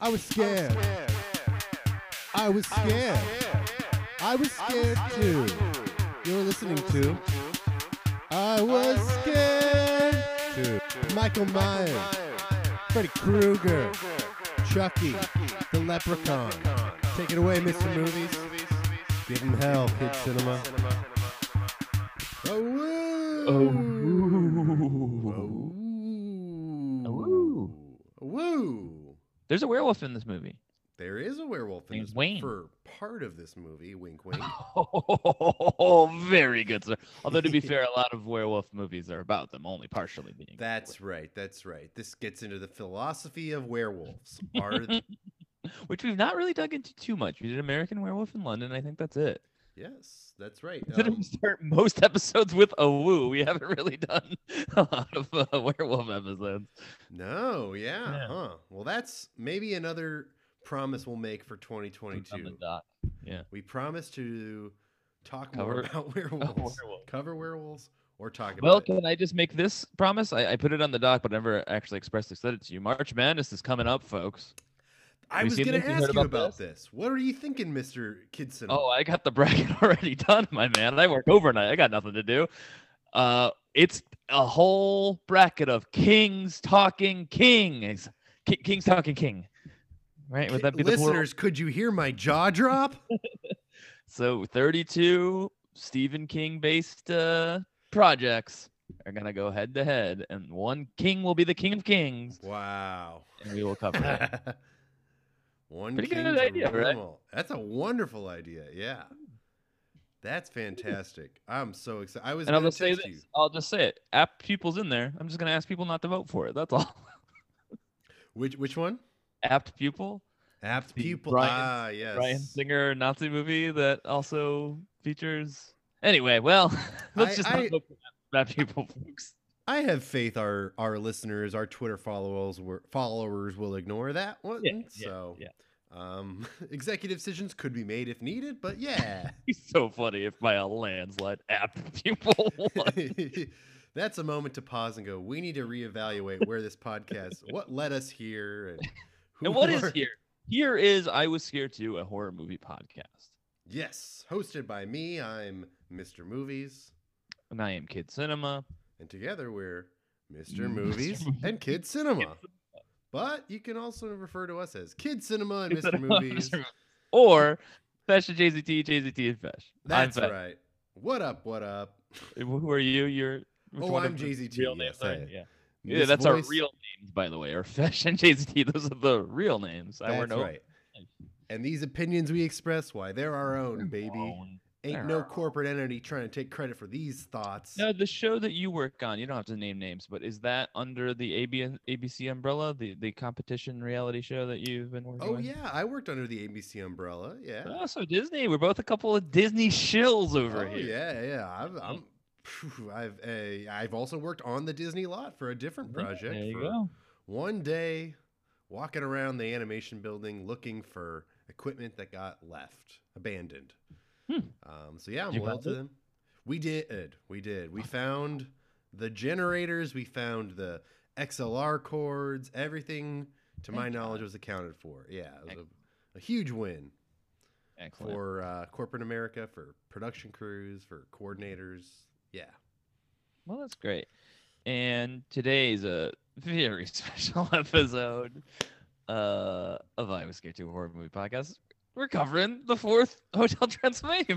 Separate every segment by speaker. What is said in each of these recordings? Speaker 1: I was scared. I was scared. I was scared too. You're listening to I was scared too. Michael Myers, Freddy Krueger, Chucky, the Leprechaun. Take it away, Mr. Movies. Give him hell, kid cinema. Oh, woo.
Speaker 2: Oh.
Speaker 1: Woo.
Speaker 2: Woo.
Speaker 1: Woo.
Speaker 2: There's a werewolf in this movie.
Speaker 1: There is a werewolf in
Speaker 2: Named
Speaker 1: this
Speaker 2: Wayne.
Speaker 1: for part of this movie. Wink, wink.
Speaker 2: Oh, very good, sir. Although to be fair, a lot of werewolf movies are about them only partially being.
Speaker 1: That's right. That's right. This gets into the philosophy of werewolves. Are
Speaker 2: werewolf, which we've not really dug into too much. We did American Werewolf in London. I think that's it.
Speaker 1: yes, that's right.
Speaker 2: Considering
Speaker 1: Um,
Speaker 2: we start most episodes with a woo, we haven't really done a lot of uh, werewolf episodes.
Speaker 1: no, yeah,
Speaker 2: Yeah.
Speaker 1: huh? Well, that's maybe another promise we'll make for
Speaker 2: On the
Speaker 1: 2022.
Speaker 2: dot.
Speaker 1: We promise to talk more
Speaker 2: Cover-
Speaker 1: about werewolves,
Speaker 2: werewolf.
Speaker 1: cover werewolves, or talk about.
Speaker 2: Well,
Speaker 1: it.
Speaker 2: can I just make this promise? I, I put it on the doc, but never actually expressly said it to you. March Madness is coming up, folks.
Speaker 1: I
Speaker 2: have you
Speaker 1: was
Speaker 2: seen
Speaker 1: going
Speaker 2: this?
Speaker 1: to
Speaker 2: You heard
Speaker 1: ask you
Speaker 2: about
Speaker 1: about this. What are you thinking, Mister Kidson?
Speaker 2: Oh, I got the bracket already done, my man. I work overnight. I got nothing to do. Uh, it's a whole bracket of kings talking kings, Ki- kings talking king. Right? Would that be the plural?
Speaker 1: listeners? Could you hear my jaw drop?
Speaker 2: So 32 Stephen King based uh, projects are gonna go head to head, and one king will be the king of kings,
Speaker 1: wow.
Speaker 2: and we will cover that.
Speaker 1: One
Speaker 2: Pretty
Speaker 1: king
Speaker 2: good
Speaker 1: to
Speaker 2: idea,
Speaker 1: rule
Speaker 2: right?
Speaker 1: 'em all. That's a wonderful idea. Yeah, that's fantastic. I'm so excited. I was
Speaker 2: and I'll
Speaker 1: gonna
Speaker 2: just say
Speaker 1: text
Speaker 2: this.
Speaker 1: you.
Speaker 2: I'll just say it. App pupils in there. I'm just gonna ask people not to vote for it. That's all.
Speaker 1: Which which one?
Speaker 2: Apt pupil.
Speaker 1: Apt
Speaker 2: The
Speaker 1: pupil.
Speaker 2: Bryan-
Speaker 1: ah, yes.
Speaker 2: Ryan Singer Nazi movie that also features. Anyway, well, let's
Speaker 1: I-
Speaker 2: just
Speaker 1: I-
Speaker 2: not vote for that, that people, folks.
Speaker 1: I have faith our our listeners, our Twitter followers, were, followers will ignore that one.
Speaker 2: Yeah, yeah,
Speaker 1: so,
Speaker 2: yeah.
Speaker 1: um, executive decisions could be made if needed, but yeah,
Speaker 2: He's so funny if by a landslide apt pupil. won.
Speaker 1: that's a moment to pause and go. We need to reevaluate where this podcast, what led us here, and, who
Speaker 2: and what is
Speaker 1: are-
Speaker 2: here? Here is I was scared too, a horror movie podcast,
Speaker 1: Yes, hosted by me. I'm Mr. Movies,
Speaker 2: and I am Kid Cinema.
Speaker 1: and together we're Mr.
Speaker 2: Mr.
Speaker 1: Movies
Speaker 2: Movies.
Speaker 1: and Kid Cinema. But you can also refer to us as Kid Cinema and
Speaker 2: Kid
Speaker 1: Mr.
Speaker 2: Cinema,
Speaker 1: Movies.
Speaker 2: Mr. Movies. Or Fesh and JZT, JZT and Fesh.
Speaker 1: That's
Speaker 2: I'm Fesh.
Speaker 1: right. What up? What up?
Speaker 2: Who are you? You're. which
Speaker 1: Oh,
Speaker 2: one
Speaker 1: I'm
Speaker 2: of the
Speaker 1: JZT,
Speaker 2: Real names
Speaker 1: yes, I-
Speaker 2: are you? yeah. Yeah,
Speaker 1: This
Speaker 2: that's our
Speaker 1: voice-
Speaker 2: real names, by the way. Or Fesh and JZT. Those are the real names. I
Speaker 1: That's
Speaker 2: were no
Speaker 1: right. And these opinions we express, why they're our own, baby.
Speaker 2: own.
Speaker 1: Ain't
Speaker 2: They're
Speaker 1: no
Speaker 2: our own.
Speaker 1: corporate entity trying to take credit for these thoughts.
Speaker 2: Now, the show that you work on, you don't have to name names, but is that under the AB, ABC umbrella, the, the competition reality show that you've been working
Speaker 1: Oh
Speaker 2: with?
Speaker 1: yeah, I worked under the ABC umbrella. Yeah.
Speaker 2: Oh, so Disney. We're both a couple of Disney shills over
Speaker 1: oh,
Speaker 2: here.
Speaker 1: Yeah, yeah. I've, I'm, phew, I've, uh, I've also worked on the Disney lot for a different
Speaker 2: Yeah,
Speaker 1: project.
Speaker 2: There you
Speaker 1: for
Speaker 2: go.
Speaker 1: One day, walking around the animation building looking for equipment that got left, abandoned.
Speaker 2: Hmm.
Speaker 1: Um, so yeah, I'm
Speaker 2: You
Speaker 1: loyal
Speaker 2: found
Speaker 1: to
Speaker 2: it?
Speaker 1: them. We did, we did. We found the generators. We found the XLR cords. Everything, to my
Speaker 2: Thank God.
Speaker 1: knowledge, was accounted for. Yeah, it was a, a huge win
Speaker 2: Excellent.
Speaker 1: for uh, corporate America, for production crews, for coordinators. Yeah.
Speaker 2: Well, that's great. And today's a very special episode uh, of I Was Scared to a Horror Movie Podcast. We're covering the fourth Hotel Transylvania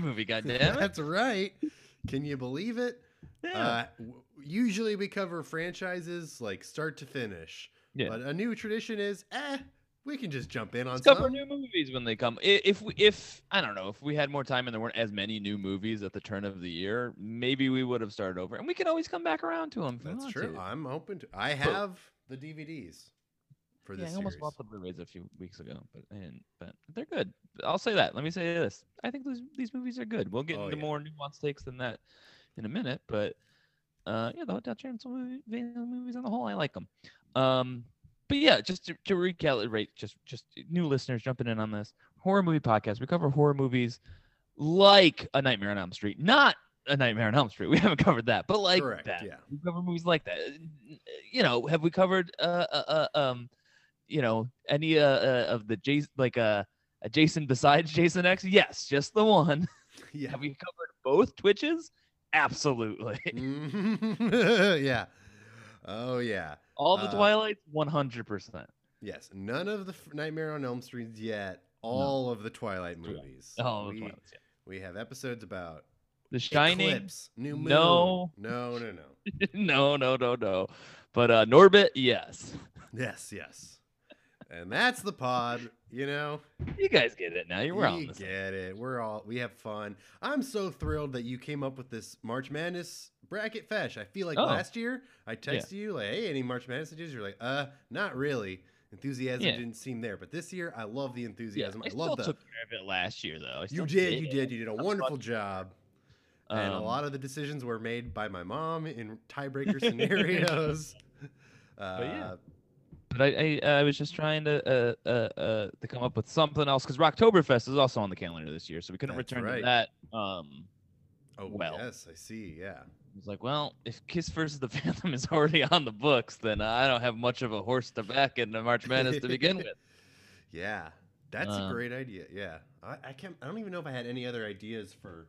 Speaker 2: movie, goddammit.
Speaker 1: That's right. Can you believe it?
Speaker 2: Yeah.
Speaker 1: Uh, w- usually we cover franchises like start to finish.
Speaker 2: Yeah.
Speaker 1: But a new tradition is, eh, we can just jump in on
Speaker 2: Let's cover
Speaker 1: some.
Speaker 2: new movies when they come. I- If we, if I don't know, if we had more time and there weren't as many new movies at the turn of the year, maybe we would have started over. And we can always come back around to them.
Speaker 1: That's true. I'm open to. I have the DVDs for
Speaker 2: Yeah,
Speaker 1: this
Speaker 2: I almost
Speaker 1: series.
Speaker 2: bought the Blu-rays a few weeks ago, but I didn't. But they're good. I'll say that. Let me say this: I think these these movies are good. We'll get
Speaker 1: Oh,
Speaker 2: into
Speaker 1: yeah.
Speaker 2: more nuanced takes than that in a minute, but uh, yeah, the Hotel Transylvania movies on the whole, I like them. Um, but yeah, just to, to recalibrate, just just new listeners jumping in on this horror movie podcast. We cover horror movies like A Nightmare on Elm Street, not A Nightmare on Elm Street. We haven't covered that, but like
Speaker 1: Correct.
Speaker 2: that
Speaker 1: Yeah.
Speaker 2: we cover movies like that. Uh, You know, have we covered uh, uh, uh um you know, any uh, uh of the Jason like uh, a Jason besides Jason X? Yes, just the one.
Speaker 1: Yeah.
Speaker 2: Have we covered both Twitches? Absolutely.
Speaker 1: Mm, yeah. Oh yeah.
Speaker 2: All the
Speaker 1: Uh,
Speaker 2: Twilights, one hundred percent.
Speaker 1: Yes. None of the f- Nightmare on Elm Street yet. All of the Twilight
Speaker 2: Twilight.
Speaker 1: movies.
Speaker 2: All the
Speaker 1: we,
Speaker 2: Twilights. yeah.
Speaker 1: we have episodes about
Speaker 2: The Shining.
Speaker 1: Eclipse, New Moon.
Speaker 2: No.
Speaker 1: No. No. No.
Speaker 2: no, no, no, no. But uh Norbit, yes.
Speaker 1: Yes, yes. And that's the pod, you know.
Speaker 2: You guys get it now. You're we're on
Speaker 1: we
Speaker 2: this.
Speaker 1: get it. We're all we have fun. I'm so thrilled that you came up with this March Madness bracket fesh. I feel like
Speaker 2: Oh.
Speaker 1: last year I texted you like, "Hey, any March Madness ideas?" You're like, "Uh, not really." Enthusiasm
Speaker 2: Yeah.
Speaker 1: didn't seem there, but this year I love the
Speaker 2: Yeah,
Speaker 1: enthusiasm.
Speaker 2: I,
Speaker 1: I
Speaker 2: still
Speaker 1: love the.
Speaker 2: took care of it last year though. I
Speaker 1: you
Speaker 2: still
Speaker 1: did, you did, you did a
Speaker 2: I'm
Speaker 1: wonderful
Speaker 2: fucking-
Speaker 1: job. and a
Speaker 2: Um,
Speaker 1: lot of the decisions were made by my mom in tiebreaker scenarios. Uh,
Speaker 2: yeah. but I, I I was just trying to uh, uh, uh, to come up with something else because Rocktoberfest is also on the calendar this year, so we couldn't
Speaker 1: That's
Speaker 2: return
Speaker 1: right.
Speaker 2: to that. Um,
Speaker 1: Oh
Speaker 2: Well.
Speaker 1: yes, I see. Yeah.
Speaker 2: I was like, well, if Kiss versus the Phantom is already on the books, then I don't have much of a horse to back in the March Madness to begin with.
Speaker 1: Yeah, that's a
Speaker 2: Um,
Speaker 1: great idea. Yeah, I, I can't. I don't even know if I had any other ideas for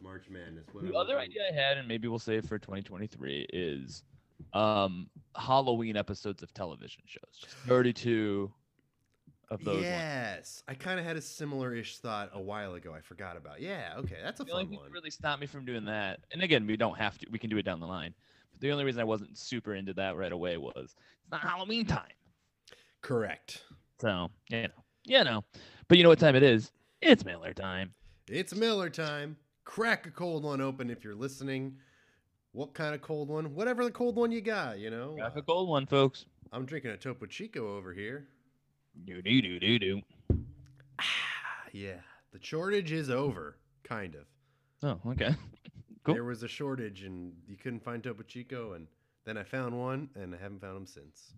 Speaker 1: March Madness. What
Speaker 2: The
Speaker 1: I-
Speaker 2: other idea I had, and maybe we'll save for 2023, is um Halloween episodes of television shows. Just 32 of those. ones.
Speaker 1: Yes, I kind of had a similar-ish thought a while ago. I forgot about. Yeah, okay, that's a
Speaker 2: The only
Speaker 1: fun
Speaker 2: thing
Speaker 1: one.
Speaker 2: that really stopped me from doing that, and again, we don't have to. We can do it down the line. But the only reason I wasn't super into that right away was it's not Halloween time.
Speaker 1: Correct.
Speaker 2: So you know, you know. But you know what time it is? It's Miller time.
Speaker 1: It's Miller time. Crack a cold one open if you're listening. What kind of cold one? Whatever the cold one you got, you know.
Speaker 2: Got
Speaker 1: Uh,
Speaker 2: a cold one, folks.
Speaker 1: I'm drinking a Topo Chico over here.
Speaker 2: Do do do do do.
Speaker 1: Ah, yeah, the shortage is over, kind of.
Speaker 2: Oh, okay. Cool.
Speaker 1: There was a shortage, and you couldn't find Topo Chico, and then I found one, and I haven't found them since.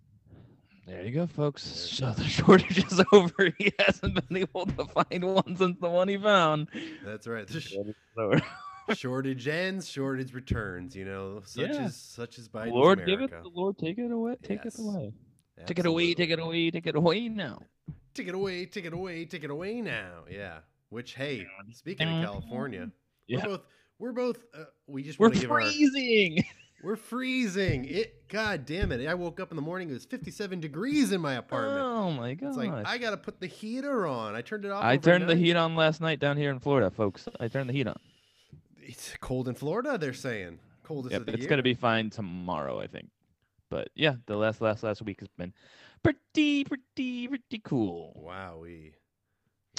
Speaker 2: There you go, folks.
Speaker 1: There
Speaker 2: So the shortage is over. He hasn't been able to find one since the one he found.
Speaker 1: That's right. The sh-
Speaker 2: Shortage is over.
Speaker 1: shortage ends, shortage returns. You know, such
Speaker 2: Yeah.
Speaker 1: as such as Biden's
Speaker 2: Lord, give
Speaker 1: America.
Speaker 2: it, the Lord, take it away, take
Speaker 1: Yes.
Speaker 2: it away, take it away, take it
Speaker 1: Absolutely.
Speaker 2: away, take it away now.
Speaker 1: Take it away. Take it away. Take it away now. Yeah. Which hey, speaking of California,
Speaker 2: Yeah.
Speaker 1: we're both we're both uh, we just
Speaker 2: We're
Speaker 1: want to give our
Speaker 2: freezing.
Speaker 1: we're freezing. It god damn it. I woke up in the morning. It was 57 degrees in my apartment.
Speaker 2: Oh my god!
Speaker 1: It's like I gotta put the heater on. I turned it off.
Speaker 2: I turned the
Speaker 1: overnight.
Speaker 2: heat on last night down here in Florida, folks. I turned the heat on.
Speaker 1: It's cold in Florida. They're saying coldest
Speaker 2: Yep,
Speaker 1: of the
Speaker 2: it's
Speaker 1: year.
Speaker 2: gonna be fine tomorrow, I think. But yeah, the last last last week has been pretty pretty pretty cool.
Speaker 1: Wowee.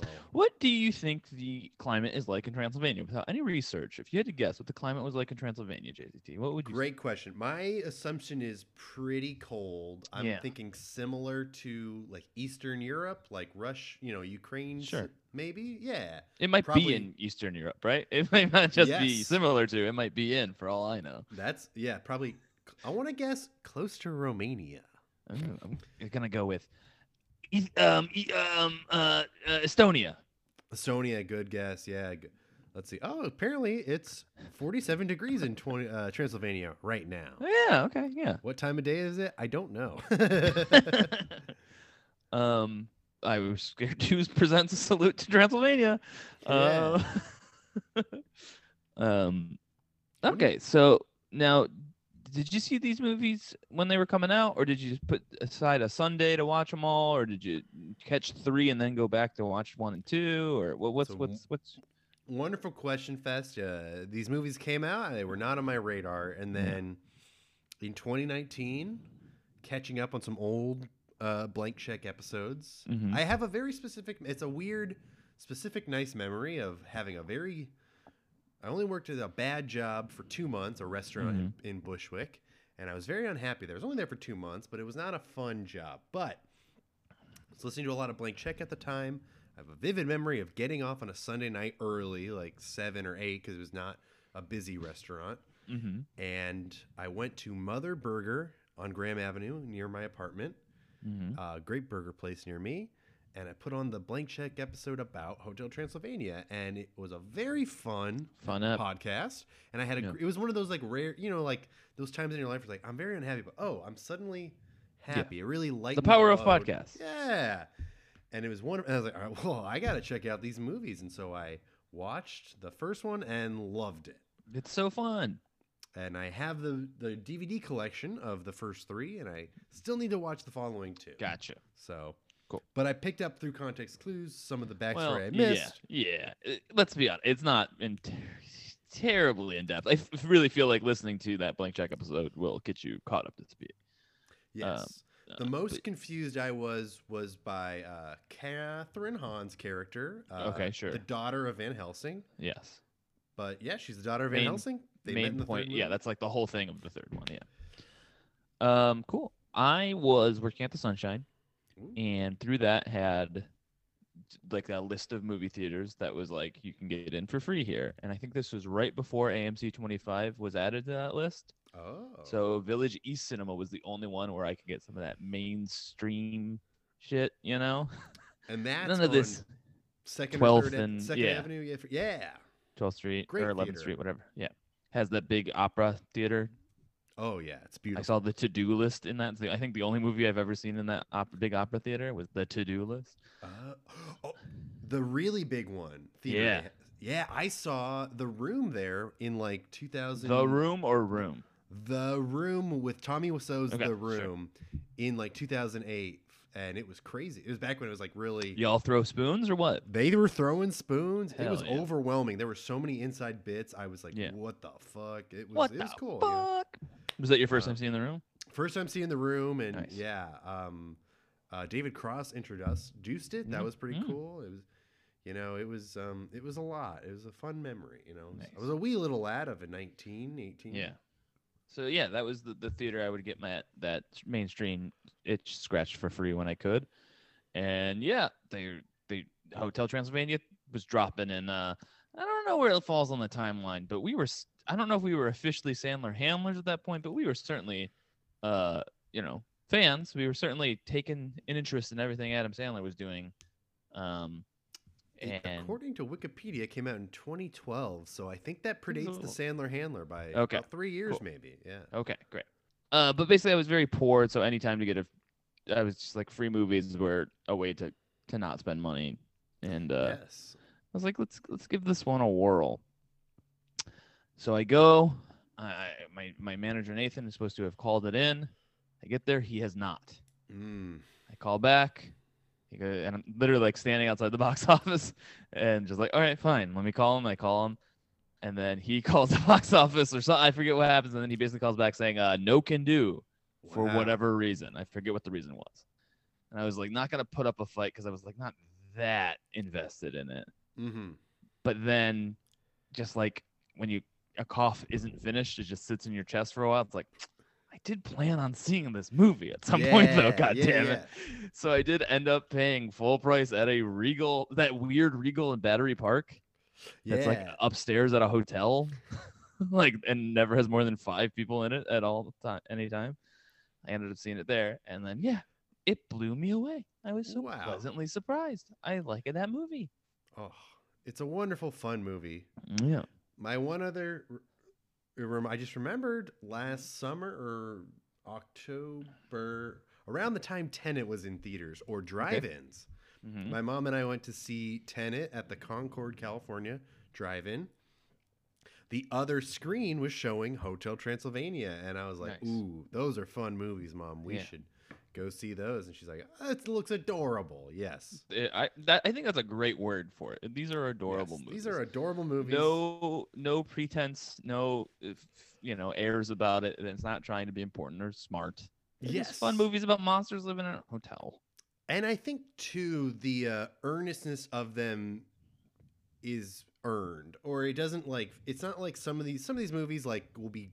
Speaker 1: Well,
Speaker 2: What do you think the climate is like in Transylvania? Without any research, if you had to guess what the climate was like in Transylvania, JZT, what would you? say?
Speaker 1: Great question. My assumption is pretty cold. I'm
Speaker 2: Yeah.
Speaker 1: thinking similar to like Eastern Europe, like Rush, you know, Ukraine,
Speaker 2: Sure.
Speaker 1: maybe. Yeah,
Speaker 2: It might
Speaker 1: probably-
Speaker 2: be in Eastern Europe, right? It might not just be
Speaker 1: Yes.
Speaker 2: similar to. It might be in, for all I know.
Speaker 1: that's yeah, probably. I want to guess close to Romania.
Speaker 2: I'm gonna- I'm gonna go with, E- um, E- um, uh, uh, Estonia.
Speaker 1: Estonia, good guess. Yeah. Good. Let's see. Oh, apparently it's 47 degrees in 20, uh, Transylvania right now.
Speaker 2: Yeah. Okay. Yeah.
Speaker 1: What time of day is it? I don't know.
Speaker 2: um, I was scared to presents a salute to Transylvania. Uh, um,
Speaker 1: What do you-
Speaker 2: okay, so now, did you see these movies when they were coming out, or did you just put aside a Sunday to watch them all, or did you catch three and then go back to watch one and two, or what, what's
Speaker 1: So w-
Speaker 2: what's what's?
Speaker 1: Wonderful question fest. Uh, these movies came out; they were not on my radar. And
Speaker 2: Yeah.
Speaker 1: then in 2019, catching up on some old uh, blank check episodes,
Speaker 2: Mhm.
Speaker 1: I have a very specific. It's a weird, specific, nice memory of having a very. I only worked at a bad job for two months, a restaurant in, in Bushwick, and I was very unhappy there. I was only there for two months, but it was not a fun job. But I was listening to a lot of Blank Check at the time. I have a vivid memory of getting off on a Sunday night early, like seven or eight, because it was not a busy restaurant.
Speaker 2: Mhm,
Speaker 1: And I went to Mother Burger on Graham Avenue near my apartment,
Speaker 2: mhm.
Speaker 1: a great burger place near me. And I put on the Blank Check episode about Hotel Transylvania, and it was a very fun
Speaker 2: Fun up.
Speaker 1: podcast. And I had a,
Speaker 2: Yeah.
Speaker 1: gr- it was one of those like rare, you know, like those times in your life where it's like, I'm very unhappy, but oh, I'm suddenly happy. It really
Speaker 2: The
Speaker 1: lightened
Speaker 2: power of
Speaker 1: load.
Speaker 2: podcasts.
Speaker 1: Yeah. And it was one. And I was like, all right, well, I got to check out these movies. And so I watched the first one and loved it.
Speaker 2: It's so fun.
Speaker 1: And I have the, the DVD collection of the first three, and I still need to watch the following two.
Speaker 2: Gotcha.
Speaker 1: So
Speaker 2: Cool.
Speaker 1: But I picked up through context clues some of the backstory
Speaker 2: well,
Speaker 1: I missed.
Speaker 2: yeah, yeah. Uh, Let's be honest. It's not in ter- terribly in depth. I f- really feel like listening to that blank check episode will get you caught up to speed. Um,
Speaker 1: Yes.
Speaker 2: Uh,
Speaker 1: the most
Speaker 2: but-
Speaker 1: confused I was was by uh, Catherine Hahn's character. Uh,
Speaker 2: Okay, sure.
Speaker 1: The daughter of Van Helsing.
Speaker 2: yes.
Speaker 1: But yeah, she's the daughter of Van
Speaker 2: Main-
Speaker 1: Helsing. They met in
Speaker 2: main
Speaker 1: the third
Speaker 2: point. Yeah,
Speaker 1: movie.
Speaker 2: that's like the whole thing of the third one. Yeah. Um, cool. I was working at the Sunshine,
Speaker 1: Ooh.
Speaker 2: and through that had like a list of movie theaters that was like you can get in for free here. And I think this was right before AMC 25 was added to that list.
Speaker 1: Oh.
Speaker 2: So Village East Cinema was the only one where I could get some of that mainstream shit. You know,
Speaker 1: and that's
Speaker 2: none of
Speaker 1: on
Speaker 2: this
Speaker 1: second
Speaker 2: 12th
Speaker 1: or third, Ave-
Speaker 2: and-
Speaker 1: second
Speaker 2: yeah.
Speaker 1: Avenue. Yeah, for- yeah.
Speaker 2: 12th Street
Speaker 1: Great
Speaker 2: or 11th
Speaker 1: theater.
Speaker 2: Street, whatever. Yeah, has that big opera theater
Speaker 1: Oh yeah, it's
Speaker 2: I
Speaker 1: beautiful.
Speaker 2: saw the to-do list in that. I think the only movie I've ever seen in that op- big opera theater was the to-do list.
Speaker 1: Uh, oh, the really big one. Theater
Speaker 2: Yeah.
Speaker 1: they ha- Yeah, I saw the room there in like 2000.
Speaker 2: The room or room?
Speaker 1: The Room with Tommy Wiseau's
Speaker 2: Okay,
Speaker 1: The
Speaker 2: sure.
Speaker 1: Room in like 2008, and it was crazy. It was back when it was like really.
Speaker 2: Y'all throw spoons or what?
Speaker 1: They were throwing spoons. it
Speaker 2: Hell
Speaker 1: was
Speaker 2: yeah.
Speaker 1: overwhelming. There were so many inside bits. I was like,
Speaker 2: Yeah.
Speaker 1: "What the fuck?" It was.
Speaker 2: what
Speaker 1: it
Speaker 2: the
Speaker 1: was cool. you know?
Speaker 2: fuck? Was that your first
Speaker 1: Uh,
Speaker 2: time seeing the room?
Speaker 1: First time seeing the room, and
Speaker 2: Nice.
Speaker 1: yeah, um, uh, David Cross introduced it. That
Speaker 2: Mhm.
Speaker 1: was pretty
Speaker 2: Mm.
Speaker 1: cool. It was, you know, it was um, it was a lot. It was a fun memory. You know, It was-
Speaker 2: Nice.
Speaker 1: I was a wee little lad of a 19, 18.
Speaker 2: Yeah. So yeah, that was the, the theater I would get my that mainstream itch scratched for free when I could, and yeah, they they Hotel Transylvania was dropping, and uh, I don't know where it falls on the timeline, but we were s- I don't know if we were officially Sandler Hamlers at that point, but we were certainly, uh, you know, fans. We were certainly taking an interest in everything Adam Sandler was doing, um,
Speaker 1: It,
Speaker 2: and
Speaker 1: according to Wikipedia, it came out in 2012, so I think that predates the
Speaker 2: little-
Speaker 1: Sandler Handler by
Speaker 2: Okay,
Speaker 1: about three years,
Speaker 2: cool.
Speaker 1: maybe. Yeah.
Speaker 2: Okay, great. Uh, but basically, I was very poor, so anytime to get a, I was just like free movies were a way to to not spend money, and uh,
Speaker 1: yes.
Speaker 2: I was like, let's let's give this one a whirl. So I go. I, I- my my manager Nathan is supposed to have called it in. I get there, he has not.
Speaker 1: Mm.
Speaker 2: I call back. He go, and I'm literally like standing outside the box office and just like, all right, fine. Let me call him. I call him. And then he calls the box office or something. I forget what happens. And then he basically calls back saying, uh, no can do for
Speaker 1: Wow.
Speaker 2: whatever reason. I forget what the reason was. And I was like, not going to put up a fight because I was like, not that invested in it.
Speaker 1: Mhm.
Speaker 2: But then just like when you, a cough isn't finished, it just sits in your chest for a while. It's like, I did plan on seeing this movie at some point though.
Speaker 1: Yeah,
Speaker 2: God
Speaker 1: yeah,
Speaker 2: damn it
Speaker 1: yeah.
Speaker 2: so I did end up paying full price at a Regal, that weird Regal in Battery Park. That's like
Speaker 1: Yeah.
Speaker 2: upstairs at a hotel, like and never has more than five people in it at all time, any time. I ended up seeing it there, and then yeah, it blew me away. I was so
Speaker 1: Wow.
Speaker 2: pleasantly surprised. I like that movie.
Speaker 1: Oh, it's a wonderful, fun movie.
Speaker 2: Yeah,
Speaker 1: My one other, r- rem- I just remembered last summer or October, around the time Tenet was in theaters or drive-ins.
Speaker 2: Mhm.
Speaker 1: My mom and I went to see Tenet at the Concord, California drive-in. The other screen was showing Hotel Transylvania, and I was like,
Speaker 2: Nice.
Speaker 1: "Ooh, those are fun movies, mom. We
Speaker 2: Yeah.
Speaker 1: should go see those." And she's like, "It looks adorable." Yes,
Speaker 2: It- I that, I think that's a great word for it. These are adorable
Speaker 1: Yes,
Speaker 2: movies.
Speaker 1: These are adorable movies.
Speaker 2: no no pretense no uh, f- you know airs about it and it's not trying to be important or smart It's just
Speaker 1: yes,
Speaker 2: fun movies about monsters living in a hotel
Speaker 1: And I think too the uh, earnestness of them is earned, or it doesn't like it's not like some of these some of these movies like will be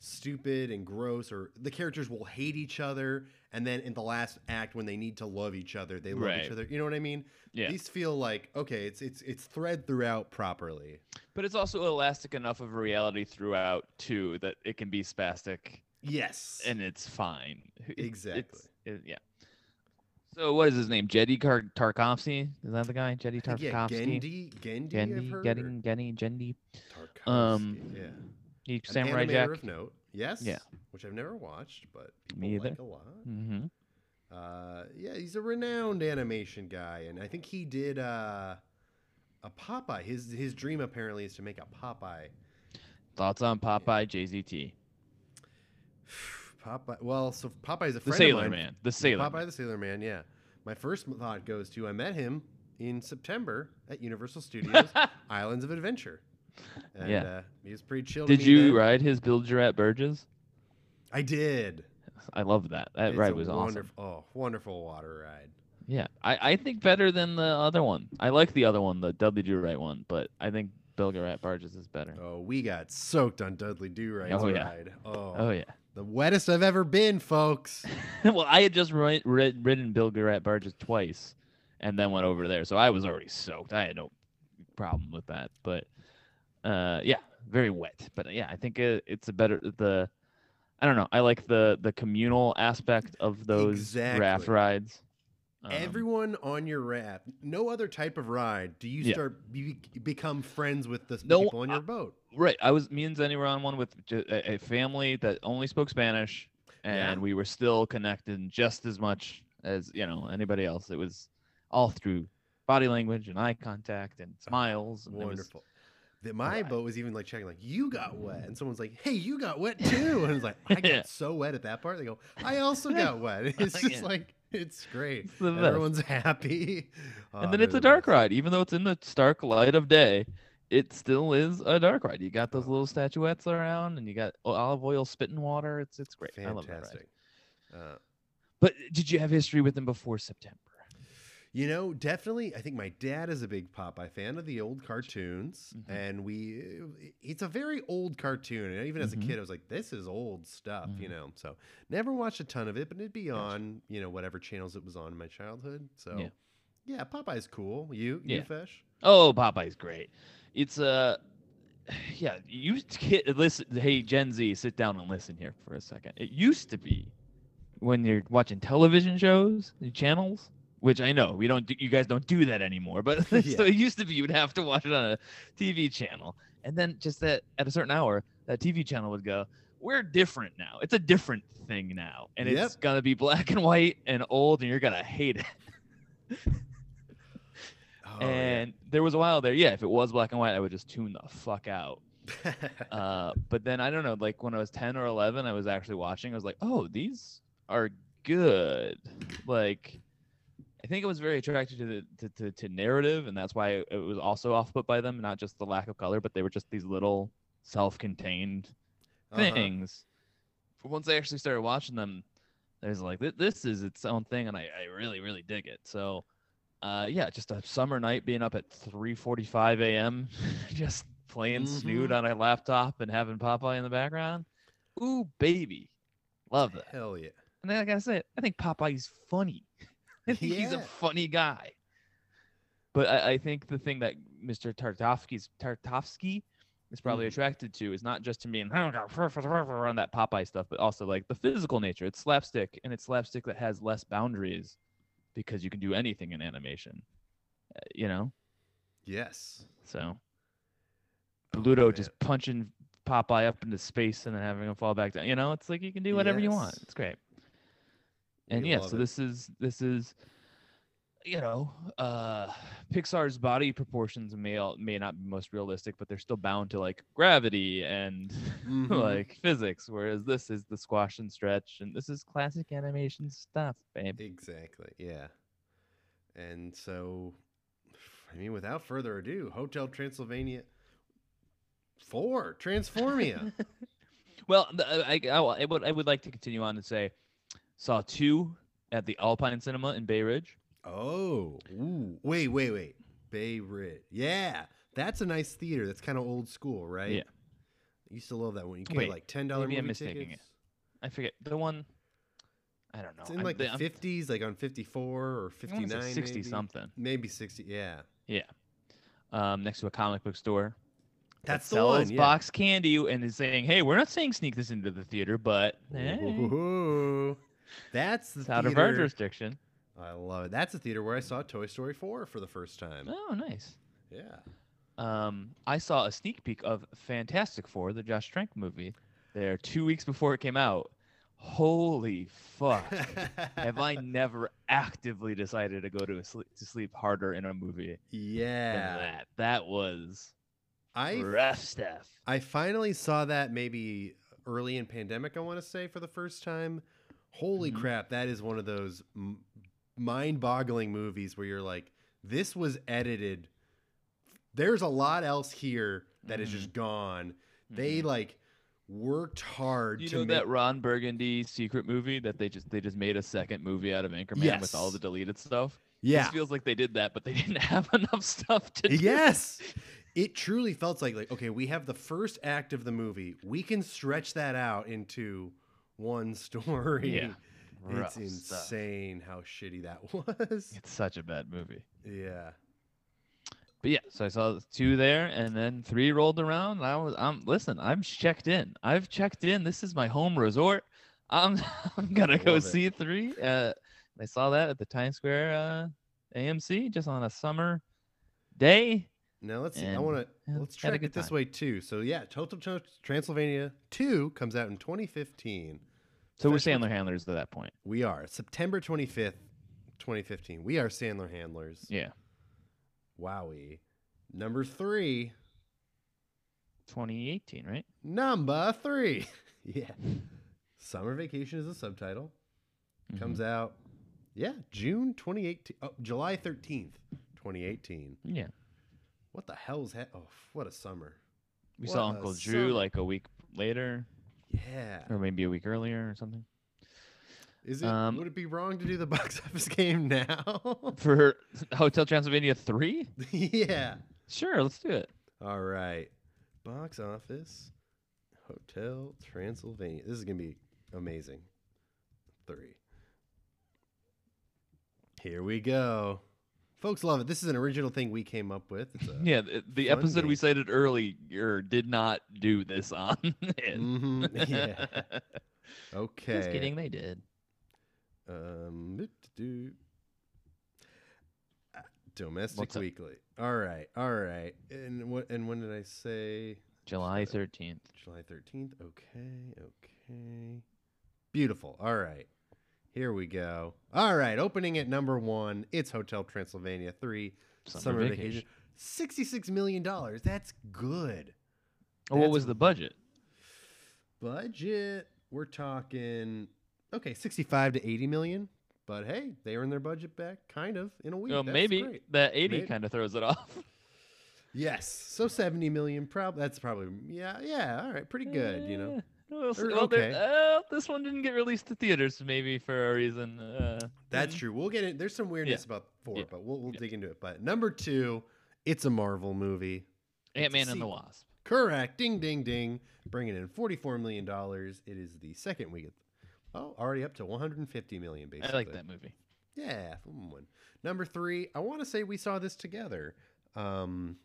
Speaker 1: stupid and gross, or the characters will hate each other, and then in the last act when they need to love each other, they love each
Speaker 2: Right.
Speaker 1: other. You know what I mean?
Speaker 2: yeah
Speaker 1: These feel like okay, it's it's it's thread throughout properly.
Speaker 2: but it's also elastic enough of a reality throughout too that it can be spastic
Speaker 1: Yes,
Speaker 2: and it's fine It- it's-
Speaker 1: Exactly.
Speaker 2: it- yeah so what is his name jedi Kar- tarkovsky is that the guy jedi
Speaker 1: I think, Uh, yeah,
Speaker 2: tarkovsky
Speaker 1: Gendy, Gendy, I've
Speaker 2: Gendy,
Speaker 1: heard,
Speaker 2: Getting, Gendy, Gendy.
Speaker 1: or Tarkovsky,
Speaker 2: Um,
Speaker 1: yeah,
Speaker 2: He
Speaker 1: An
Speaker 2: Samurai
Speaker 1: animator
Speaker 2: Jack.
Speaker 1: of note, Yes.
Speaker 2: Yeah.
Speaker 1: Which I've never watched, but people
Speaker 2: Me
Speaker 1: like
Speaker 2: either.
Speaker 1: a lot.
Speaker 2: Mm-hmm.
Speaker 1: Uh, yeah, he's a renowned animation guy, and I think he did uh, a Popeye. His his dream apparently is to make a Popeye.
Speaker 2: Thoughts on Popeye JZT?
Speaker 1: Popeye. Well, so Popeye's a
Speaker 2: The
Speaker 1: friend
Speaker 2: Sailor
Speaker 1: of mine.
Speaker 2: Man. The Sailor.
Speaker 1: Popeye the Sailor Man. Yeah. My first thought goes to I met him in September at Universal Studios Islands of Adventure. And
Speaker 2: Yeah.
Speaker 1: uh, he was pretty chill. to
Speaker 2: Did
Speaker 1: me
Speaker 2: you
Speaker 1: then.
Speaker 2: ride his Bilger at Burgess?
Speaker 1: I did.
Speaker 2: I love that. That
Speaker 1: It's
Speaker 2: ride
Speaker 1: a
Speaker 2: was awesome.
Speaker 1: wonderful, Oh, wonderful water ride.
Speaker 2: Yeah, I, I think better than the other one. I like the other one, the W. Do Right one, but I think Bilger at Burgess is better.
Speaker 1: Oh, we got soaked on Dudley Do Right's
Speaker 2: Oh, yeah.
Speaker 1: ride. Oh,
Speaker 2: Oh yeah.
Speaker 1: the wettest I've ever been, folks.
Speaker 2: well, I had just ri- ri- ridden Bilger at Burgess twice, and then went over there, so I was already soaked. I had no problem with that, but uh, yeah, very wet. But uh, yeah, I think it, it's a better the. I don't know. I like the the communal aspect of those raft
Speaker 1: Exactly.
Speaker 2: rides. Um,
Speaker 1: Everyone on your raft, no other type of ride, do you
Speaker 2: Yeah.
Speaker 1: start you be- become friends with the
Speaker 2: No, uh,
Speaker 1: people on
Speaker 2: I-
Speaker 1: your boat?
Speaker 2: Right. I was me and Zenny were on one with ju- a, a family that only spoke Spanish,
Speaker 1: Yeah.
Speaker 2: and we were still connected just as much as you know anybody else. It was all through body language and eye contact and smiles. And it was-
Speaker 1: Wonderful. The, my
Speaker 2: I-
Speaker 1: boat was even like checking, like, you got wet. And someone's like, hey, you got wet too. And it's like, I got
Speaker 2: Yeah.
Speaker 1: so wet at that part. They go, I also got wet. It's just
Speaker 2: Yeah.
Speaker 1: like, it's great.
Speaker 2: It's the best.
Speaker 1: Everyone's happy. Oh,
Speaker 2: and then it's a dark
Speaker 1: ride.
Speaker 2: ride, even though it's in the stark light of day. It still is a dark ride. You got those
Speaker 1: Uh-huh.
Speaker 2: little statuettes around, and you got o- olive oil spitting water. It's it's great. I love that ride.
Speaker 1: Fantastic. Uh,
Speaker 2: But did you have history with them before September?
Speaker 1: You know, definitely. I think my dad is a big Popeye fan of the old cartoons,
Speaker 2: Mhm.
Speaker 1: and we—it's a very old cartoon. And even as
Speaker 2: Mhm.
Speaker 1: a kid, I was like, "This is old stuff," you
Speaker 2: Mhm.
Speaker 1: know. So never watched a ton of it, but it'd be
Speaker 2: Gotcha.
Speaker 1: on, you know, whatever channels it was on in my childhood. So
Speaker 2: Yeah.
Speaker 1: yeah, Popeye's cool. You, you
Speaker 2: Yeah.
Speaker 1: fish?
Speaker 2: Oh, Popeye's great. It's uh yeah, you kid listen hey Gen Z, sit down and listen here for a second. It used to be when you're watching television shows, the channels, which I know we don't do, you guys don't do that anymore, but so
Speaker 1: Yeah.
Speaker 2: it used to be you would have to watch it on a TV channel. And then just that at a certain hour, that TV channel would go, We're different now. It's a different thing now. And it's
Speaker 1: Yep.
Speaker 2: gonna be black and white and old and you're gonna hate it
Speaker 1: Oh,
Speaker 2: and there was a while there, yeah. If it was black and white, I would just tune the fuck out.
Speaker 1: yeah.
Speaker 2: Uh, but then I don't know, like when I was ten or eleven, I was actually watching. I was like, oh, these are good. Like, I think I was very attracted to the to, to, to narrative, and that's why it was also off put by them. Not just the lack of color, but they were just these little self-contained
Speaker 1: Uh-huh.
Speaker 2: things. But once I actually started watching them, I was like, "Th- this is its own thing, and I, I really, really dig it. So, uh, yeah, just a summer night being up at 3.45 a.m., just playing Snoot on a laptop and having Popeye in the background. Ooh, baby. Love that.
Speaker 1: Hell yeah!
Speaker 2: And then, like I said, I think Popeye's funny. I think he's a
Speaker 1: Yeah.
Speaker 2: funny guy. But I, I think the thing that Mr. Tartovsky's Tartovsky is probably
Speaker 1: Mhm.
Speaker 2: attracted to is not just him being "Oh, on that Popeye stuff, but also like the physical nature. It's slapstick, and it's slapstick that has less boundaries because you can do anything in animation. Uh, You know,
Speaker 1: Yes.
Speaker 2: so
Speaker 1: Oh,
Speaker 2: Bluto
Speaker 1: man.
Speaker 2: just punching Popeye up into space and then having him fall back down. You know, it's like you can do whatever you want.
Speaker 1: Yes.
Speaker 2: It's great and
Speaker 1: We
Speaker 2: yeah
Speaker 1: love
Speaker 2: so
Speaker 1: it.
Speaker 2: this is this is you know uh pixar's body proportions may all, may not be most realistic but they're still bound to like gravity and
Speaker 1: Mhm.
Speaker 2: like physics whereas this is the squash and stretch and this is classic animation stuff babe
Speaker 1: Exactly. Yeah. And so, I mean, without further ado, Hotel Transylvania four Transformia.
Speaker 2: well the- uh, I, I, I would i would like to continue on and say saw two at the alpine cinema in bay ridge
Speaker 1: oh, ooh, wait, wait, wait. Bay Ridge. Yeah, that's a nice theater. That's kind of old school, right?
Speaker 2: Yeah. Oh,
Speaker 1: I used to love that one. You could
Speaker 2: Wait,
Speaker 1: get like ten dollar
Speaker 2: maybe
Speaker 1: movie
Speaker 2: I'm mistaking
Speaker 1: tickets.
Speaker 2: i forget the one i don't know
Speaker 1: It's in
Speaker 2: I'm-
Speaker 1: like
Speaker 2: I'm-
Speaker 1: the fifties, like on fifty four or
Speaker 2: I
Speaker 1: fifty
Speaker 2: wanna say
Speaker 1: nine,
Speaker 2: 60
Speaker 1: maybe.
Speaker 2: something
Speaker 1: Maybe sixty. Yeah,
Speaker 2: um, next to a comic book store that
Speaker 1: that's the
Speaker 2: sells
Speaker 1: one. yeah.
Speaker 2: box candy and is saying, "Hey, we're not saying sneak this into the theater, but hey,
Speaker 1: Ooh, that's the
Speaker 2: it's out
Speaker 1: theater.
Speaker 2: of our jurisdiction."
Speaker 1: I love it. That's a theater where I saw Toy Story 4 for the first time.
Speaker 2: Oh, nice.
Speaker 1: Yeah.
Speaker 2: Um, I saw a sneak peek of Fantastic Four, the Josh Trank movie, there two weeks before it came out. Holy fuck. Have I never actively decided to go to sleep to sleep harder in a movie than
Speaker 1: yeah.
Speaker 2: that? That was
Speaker 1: I
Speaker 2: rough stuff.
Speaker 1: I finally saw that maybe early in pandemic. I want to say for the first time. Holy
Speaker 2: Mhm.
Speaker 1: crap! That is one of those m- mind-boggling movies where you're like, this was edited. There's a lot else here that
Speaker 2: Mm-hmm.
Speaker 1: is just gone. They
Speaker 2: Mhm.
Speaker 1: like worked hard
Speaker 2: you
Speaker 1: to
Speaker 2: know
Speaker 1: make
Speaker 2: that Ron Burgundy secret movie that they just they just made a second movie out of Anchorman with all
Speaker 1: Yes.
Speaker 2: the deleted stuff.
Speaker 1: yeah
Speaker 2: This feels like they did that, but they didn't have enough stuff to. do.
Speaker 1: yes it truly felt like like okay we have the first act of the movie we can stretch that out into one story
Speaker 2: Yeah. Rough
Speaker 1: it's
Speaker 2: stuff.
Speaker 1: insane how shitty that was
Speaker 2: It's such a bad movie.
Speaker 1: yeah
Speaker 2: But yeah, so I saw the two there, and then three rolled around. And I was, I'm listen, I'm checked in. I've checked in. This is my home resort. I'm, I'm gonna go
Speaker 1: love it.
Speaker 2: see three. Uh, I saw that at the Times Square uh, AMC just on a summer day.
Speaker 1: now let's see i
Speaker 2: And,
Speaker 1: want to
Speaker 2: yeah,
Speaker 1: let's
Speaker 2: had a
Speaker 1: track
Speaker 2: good
Speaker 1: it this
Speaker 2: time.
Speaker 1: way too so yeah total Tran- transylvania 2 comes out in 2015
Speaker 2: So we're
Speaker 1: Especially-
Speaker 2: Sandler handlers at that point.
Speaker 1: we are september 25th 2015 we are sandler handlers
Speaker 2: Yeah,
Speaker 1: wowie number three
Speaker 2: 2018, right?
Speaker 1: Number three. yeah. Summer Vacation is a subtitle.
Speaker 2: Mm-hmm.
Speaker 1: Comes out, yeah, June 2018. Oh, July 13th, 2018.
Speaker 2: Mhm. Yeah,
Speaker 1: What the hell's that? Oh, what a summer.
Speaker 2: we saw
Speaker 1: What a
Speaker 2: Uncle Drew
Speaker 1: summer.
Speaker 2: like a week later,
Speaker 1: Yeah.
Speaker 2: or maybe a week earlier or something.
Speaker 1: Is it,
Speaker 2: Um,
Speaker 1: would it be wrong to do the box office game now?
Speaker 2: For Hotel Transylvania three,
Speaker 1: yeah.
Speaker 2: sure, let's do it.
Speaker 1: All right. Box office, Hotel Transylvania. This is going to be amazing. Three. Here we go. Folks love it. This is an original thing we came up with. It's a-
Speaker 2: Yeah, the, the
Speaker 1: Uh, fun
Speaker 2: episode
Speaker 1: game.
Speaker 2: we cited earlier did not do this on it.
Speaker 1: Mhm, yeah. Okay.
Speaker 2: Just kidding, they did.
Speaker 1: Um, do-do-do. Uh, Domestic
Speaker 2: What's up?
Speaker 1: Weekly. All right. All right. And what? And when did I say?
Speaker 2: July 13th.
Speaker 1: July 13th. Okay. Okay. Beautiful. All right. Here we go. All right. Opening at number one, it's Hotel Transylvania 3
Speaker 2: Summer,
Speaker 1: $66 million. That's good.
Speaker 2: Oh, what
Speaker 1: That's
Speaker 2: was the budget?
Speaker 1: Budget, we're talking, okay, 65 to 80 million. But hey, they earned their budget back kind of in a week.
Speaker 2: Well,
Speaker 1: That's
Speaker 2: maybe
Speaker 1: great.
Speaker 2: that 80
Speaker 1: Maybe.
Speaker 2: kind of throws it off.
Speaker 1: Yes. So 70 million, probably. That's probably, yeah, yeah. All right. Pretty good, you know.
Speaker 2: Eh, Well, s-
Speaker 1: Or-
Speaker 2: well, there-
Speaker 1: okay.
Speaker 2: uh, this one didn't get released to theaters, maybe for a reason. Uh,
Speaker 1: That's
Speaker 2: mhm.
Speaker 1: true. We'll get it. There's some weirdness about four,
Speaker 2: Yeah.
Speaker 1: but we'll, we'll
Speaker 2: Yeah.
Speaker 1: dig into it. But number two, it's a Marvel movie. It's a
Speaker 2: Ant Man and the
Speaker 1: sequel.
Speaker 2: Wasp.
Speaker 1: Correct. Ding, ding, ding. Bringing in $44 million. It is the second week. Of, oh, already up to $150 million, basically.
Speaker 2: I like that movie.
Speaker 1: Yeah. mm, One. Number three, I want to say we saw this together. Um,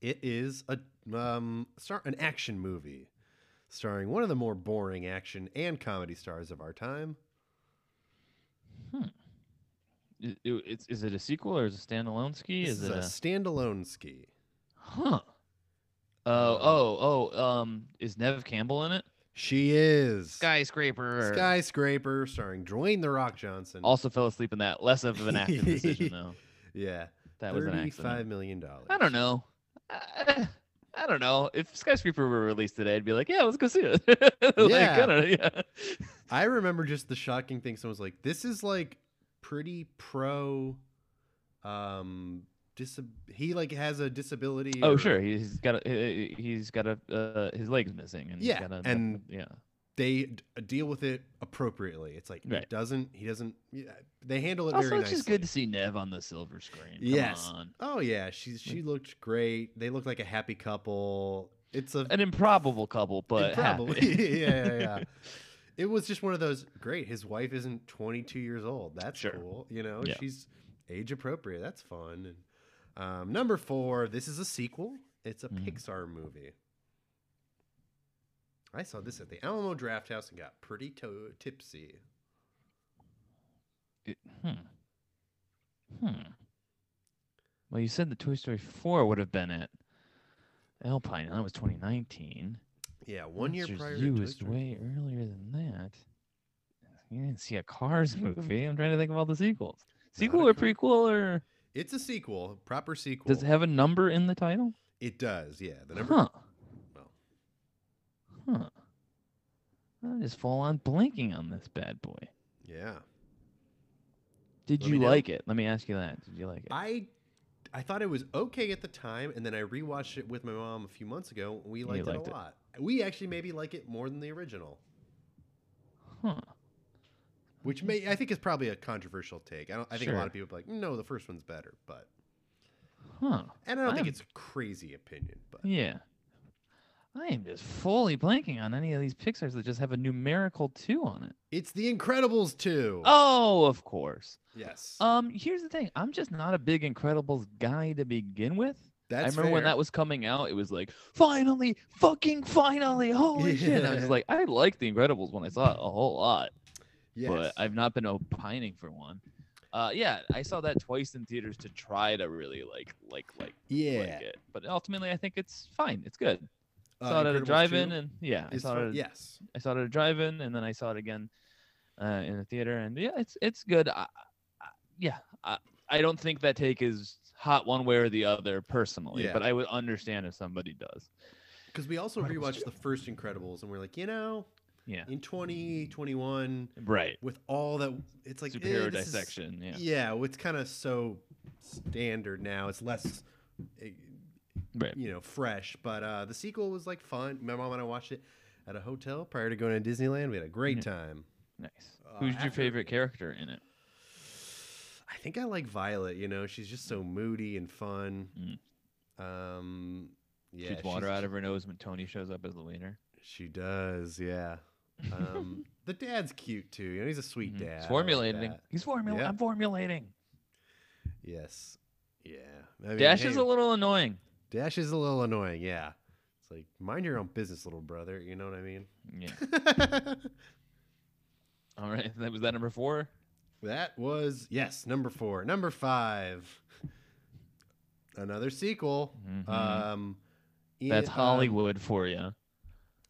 Speaker 1: it is a um, star- an action movie starring one of the more boring action and comedy stars of our time.
Speaker 2: I- i- it's, is it a sequel or is it a standalone ski?
Speaker 1: This
Speaker 2: Is it
Speaker 1: a
Speaker 2: a
Speaker 1: standalone ski.
Speaker 2: huh? Oh,
Speaker 1: Uh,
Speaker 2: oh, oh. Um, is Nev Campbell in it?
Speaker 1: She is
Speaker 2: Skyscraper.
Speaker 1: skyscraper starring Dwayne the Rock Johnson.
Speaker 2: Also fell asleep in that. Less of an active decision though.
Speaker 1: yeah,
Speaker 2: That was an
Speaker 1: thirty-five
Speaker 2: accident.
Speaker 1: million dollars.
Speaker 2: I don't know. I, I don't know. If Skyscraper were released today, I'd be like, yeah, let's go see it. Like, I
Speaker 1: Yeah.
Speaker 2: don't know, yeah.
Speaker 1: I remember just the shocking thing. Someone was like, "This is like pretty pro." Um, disab- he like has a disability.
Speaker 2: Oh
Speaker 1: or-
Speaker 2: sure, he's got a, uh, he's got a uh, his legs missing and he's
Speaker 1: Yeah,
Speaker 2: got a-
Speaker 1: and-
Speaker 2: yeah
Speaker 1: They d- deal with it appropriately. It's like
Speaker 2: Right.
Speaker 1: it doesn't. He doesn't. yeah, They handle it
Speaker 2: also
Speaker 1: very
Speaker 2: it's
Speaker 1: nicely.
Speaker 2: just good to see Nev on the silver screen. Come
Speaker 1: Yes.
Speaker 2: on.
Speaker 1: Oh yeah, she she looked great. They looked like a happy couple. It's a
Speaker 2: an improbable couple, but
Speaker 1: probably
Speaker 2: happy.
Speaker 1: yeah, yeah, yeah. It was just one of those great. His wife isn't 22 years old. That's
Speaker 2: Sure.
Speaker 1: cool. You know,
Speaker 2: Yeah.
Speaker 1: she's age appropriate. That's fun. And um, number four, this is a sequel. It's a
Speaker 2: Mhm.
Speaker 1: Pixar movie. I saw this at the Alamo Draft House and got pretty to- tipsy.
Speaker 2: It- hmm. Hmm. Well, you said the Toy Story 4 would have been at Alpine. and That was 2019.
Speaker 1: Yeah, one year
Speaker 2: Monsters
Speaker 1: prior.
Speaker 2: U
Speaker 1: to Toy
Speaker 2: was
Speaker 1: Story.
Speaker 2: way earlier than that. You didn't see a Cars movie. I'm trying to think of all the sequels. Sequel
Speaker 1: a
Speaker 2: or
Speaker 1: Car-
Speaker 2: prequel or
Speaker 1: It's a sequel, proper sequel.
Speaker 2: does it have a number in the title?
Speaker 1: It does. Yeah, the number.
Speaker 2: Huh.
Speaker 1: Well.
Speaker 2: Huh. I'm just full on blanking on this bad boy.
Speaker 1: Yeah,
Speaker 2: Did
Speaker 1: Let me
Speaker 2: you
Speaker 1: know.
Speaker 2: like it? Let me ask you that. Did you like it?
Speaker 1: I I thought it was okay at the time, and then I rewatched it with my mom a few months ago. and We
Speaker 2: You
Speaker 1: liked,
Speaker 2: liked
Speaker 1: it
Speaker 2: it.
Speaker 1: a lot. We actually maybe like it more than the original,
Speaker 2: Huh.
Speaker 1: which may I think is probably a controversial take. I don't. I think a lot
Speaker 2: Sure.
Speaker 1: of people are like, no, the first one's better, but
Speaker 2: Huh.
Speaker 1: and I don't think
Speaker 2: I'm-
Speaker 1: it's a crazy opinion, but
Speaker 2: Yeah. I am just fully blanking on any of these Pixars that just have a numerical two on it.
Speaker 1: it's The Incredibles two.
Speaker 2: Oh, of course.
Speaker 1: yes,
Speaker 2: Um, here's the thing. I'm just not a big Incredibles guy to begin with.
Speaker 1: that's
Speaker 2: I remember when
Speaker 1: fair.
Speaker 2: that was coming out, it was like, finally, fucking finally, holy shit. And I was
Speaker 1: Yeah.
Speaker 2: just like, I liked The Incredibles when I saw it a whole lot,
Speaker 1: Yes.
Speaker 2: but I've not been opining for one. Uh, yeah, I saw that twice in theaters to try to really like, like, like,
Speaker 1: yeah.
Speaker 2: like it. But ultimately, I think it's fine. It's good.
Speaker 1: Uh,
Speaker 2: saw it at a
Speaker 1: Incredibles
Speaker 2: drive-in,
Speaker 1: 2
Speaker 2: and yeah, I
Speaker 1: is
Speaker 2: saw
Speaker 1: fun-
Speaker 2: it. At, yeah.
Speaker 1: yes.
Speaker 2: I saw it at a drive-in, and then I saw it again uh, in the theater, and yeah, it's it's good. I, I, yeah, I, I don't think that take is hot one way or the other personally,
Speaker 1: Yeah.
Speaker 2: but I would understand if somebody does.
Speaker 1: Because we also
Speaker 2: Incredibles
Speaker 1: rewatched
Speaker 2: two.
Speaker 1: the first Incredibles, and we're like, you know,
Speaker 2: Yeah.
Speaker 1: in 2021,
Speaker 2: Right.
Speaker 1: with all that, it's like eh,
Speaker 2: Superhero
Speaker 1: this is- e
Speaker 2: dissection. Yeah.
Speaker 1: yeah. it's kind of so standard now. It's less, eh,
Speaker 2: Right.
Speaker 1: you know, fresh. But uh, the sequel was like fun. My mom and I watched it at a hotel prior to going to Disneyland. We had a great
Speaker 2: Yeah.
Speaker 1: time.
Speaker 2: Nice.
Speaker 1: Uh,
Speaker 2: Who's your
Speaker 1: after-
Speaker 2: favorite character in it?
Speaker 1: I think I like Violet. You know, she's just so moody and fun. Um, yeah,
Speaker 2: Mm. Shoots water
Speaker 1: she's-
Speaker 2: out of her nose when Tony shows up as the wiener.
Speaker 1: She does, yeah. Um, the dad's cute too. You know, he's a sweet
Speaker 2: Mhm.
Speaker 1: dad. I
Speaker 2: He's
Speaker 1: like
Speaker 2: formulating.
Speaker 1: that.
Speaker 2: He's formulating.
Speaker 1: Yeah.
Speaker 2: I'm formulating.
Speaker 1: Yes. Yeah. I mean,
Speaker 2: Dash
Speaker 1: hey,
Speaker 2: is a little annoying.
Speaker 1: Dash is a little annoying. Yeah. It's like mind your own business, little brother. You know what I mean?
Speaker 2: Yeah. All right. That was that number four.
Speaker 1: that was yes, number four. Number five. Another sequel.
Speaker 2: Mhm.
Speaker 1: Um,
Speaker 2: That's
Speaker 1: um,
Speaker 2: Hollywood for you.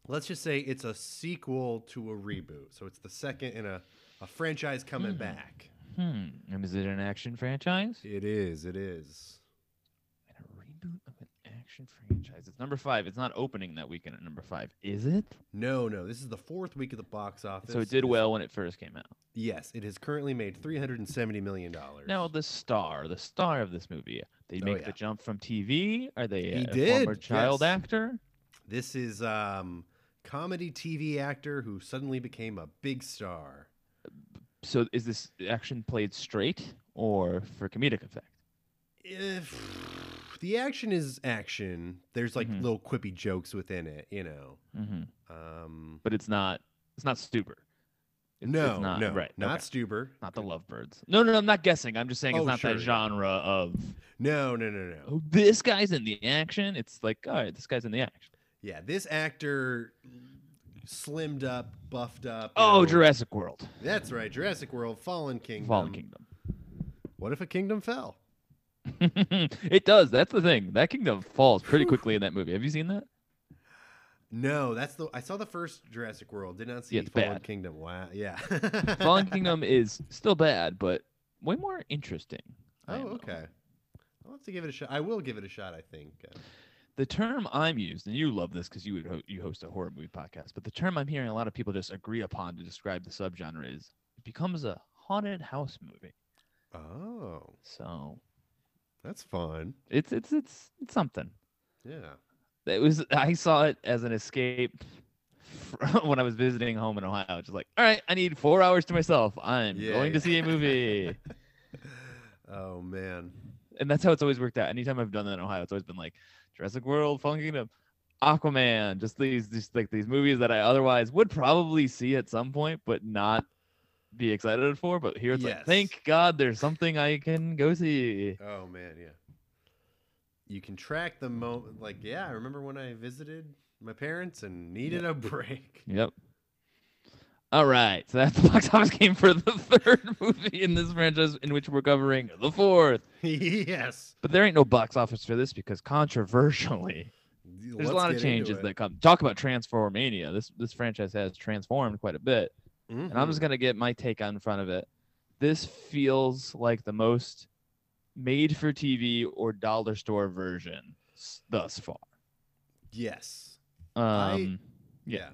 Speaker 1: let's just say it's a sequel to a reboot. So it's the second in a, a franchise coming
Speaker 2: Hmm.
Speaker 1: back.
Speaker 2: Hmm. And is it an action franchise?
Speaker 1: It is. It is.
Speaker 2: And a reboot of an action franchise. It's number five. It's not opening that weekend at number five, is it?
Speaker 1: No, no. This is the fourth week of the box office.
Speaker 2: so it did
Speaker 1: It's-
Speaker 2: well when it first came out.
Speaker 1: Yes, it has currently made three hundred and seventy million dollars.
Speaker 2: Now the star, the star of this movie, they
Speaker 1: Oh,
Speaker 2: make
Speaker 1: yeah.
Speaker 2: the jump from TV. Are they
Speaker 1: He
Speaker 2: a former
Speaker 1: did,
Speaker 2: child
Speaker 1: yes.
Speaker 2: actor?
Speaker 1: this is um comedy TV actor who suddenly became a big star.
Speaker 2: So is this action played straight or for comedic effect?
Speaker 1: If the action is action, there's like
Speaker 2: Mhm.
Speaker 1: little quippy jokes within it, you know.
Speaker 2: Mm-hmm.
Speaker 1: Um,
Speaker 2: But it's not. It's not Stuber. It's,
Speaker 1: no,
Speaker 2: it's not,
Speaker 1: no,
Speaker 2: right?
Speaker 1: not
Speaker 2: okay.
Speaker 1: Stuber.
Speaker 2: not the Lovebirds. No, no, no, I'm not guessing. I'm just saying it's
Speaker 1: Oh,
Speaker 2: not
Speaker 1: sure, yeah.
Speaker 2: that genre of
Speaker 1: No, no, no, no.
Speaker 2: oh, this guy's in the action. It's like all right, this guy's in the action.
Speaker 1: Yeah, this actor slimmed up, buffed up. you
Speaker 2: Oh,
Speaker 1: know.
Speaker 2: Jurassic World,
Speaker 1: That's right, Jurassic World, Fallen Kingdom.
Speaker 2: Fallen Kingdom.
Speaker 1: What if a kingdom fell?
Speaker 2: it does. That's the thing. That kingdom falls pretty
Speaker 1: Whew.
Speaker 2: quickly in that movie. Have you seen that?
Speaker 1: No, that's the I saw the first Jurassic World. Did not see
Speaker 2: Yeah, it's
Speaker 1: Fallen
Speaker 2: bad.
Speaker 1: Kingdom. Wow. Yeah.
Speaker 2: Fallen Kingdom is still bad, but way more interesting.
Speaker 1: Oh,
Speaker 2: I don't know.
Speaker 1: okay. I'll have to give it a shot. I will give it a shot. I think. Uh,
Speaker 2: The term I'm used, and you love this because you would ho- you host a horror movie podcast, but the term I'm hearing a lot of people just agree upon to describe the subgenre is it becomes a haunted house movie.
Speaker 1: Oh,
Speaker 2: So
Speaker 1: that's fun.
Speaker 2: it's it's it's, it's something.
Speaker 1: Yeah.
Speaker 2: It was I saw it as an escape from when I was visiting home in Ohio. Just like, all right, I need four hours to myself. I'm
Speaker 1: Yeah,
Speaker 2: going
Speaker 1: yeah.
Speaker 2: to see a movie.
Speaker 1: Oh man.
Speaker 2: and that's how it's always worked out. Anytime I've done that in Ohio, it's always been like Jurassic World, Fallen Kingdom, Aquaman, just these, just like these movies that I otherwise would probably see at some point, but not be excited for. But here it's
Speaker 1: Yes.
Speaker 2: like, thank God, there's something I can go see.
Speaker 1: Oh man. Yeah. You can track the moment. Like, yeah, I remember when I visited my parents and needed a break.
Speaker 2: Yep. All right, so that's the box office game for the third movie in this franchise, in which we're covering the fourth.
Speaker 1: yes.
Speaker 2: But there ain't no box office for this because controversially, There's a lot of changes that come. Talk about Transformania. This this franchise has transformed quite a bit, and
Speaker 1: Mm-hmm. Mm.
Speaker 2: I'm just gonna get my take on front of it. This feels like the most made-for-TV or dollar store version s- thus far.
Speaker 1: yes.
Speaker 2: Um,
Speaker 1: I-
Speaker 2: yeah.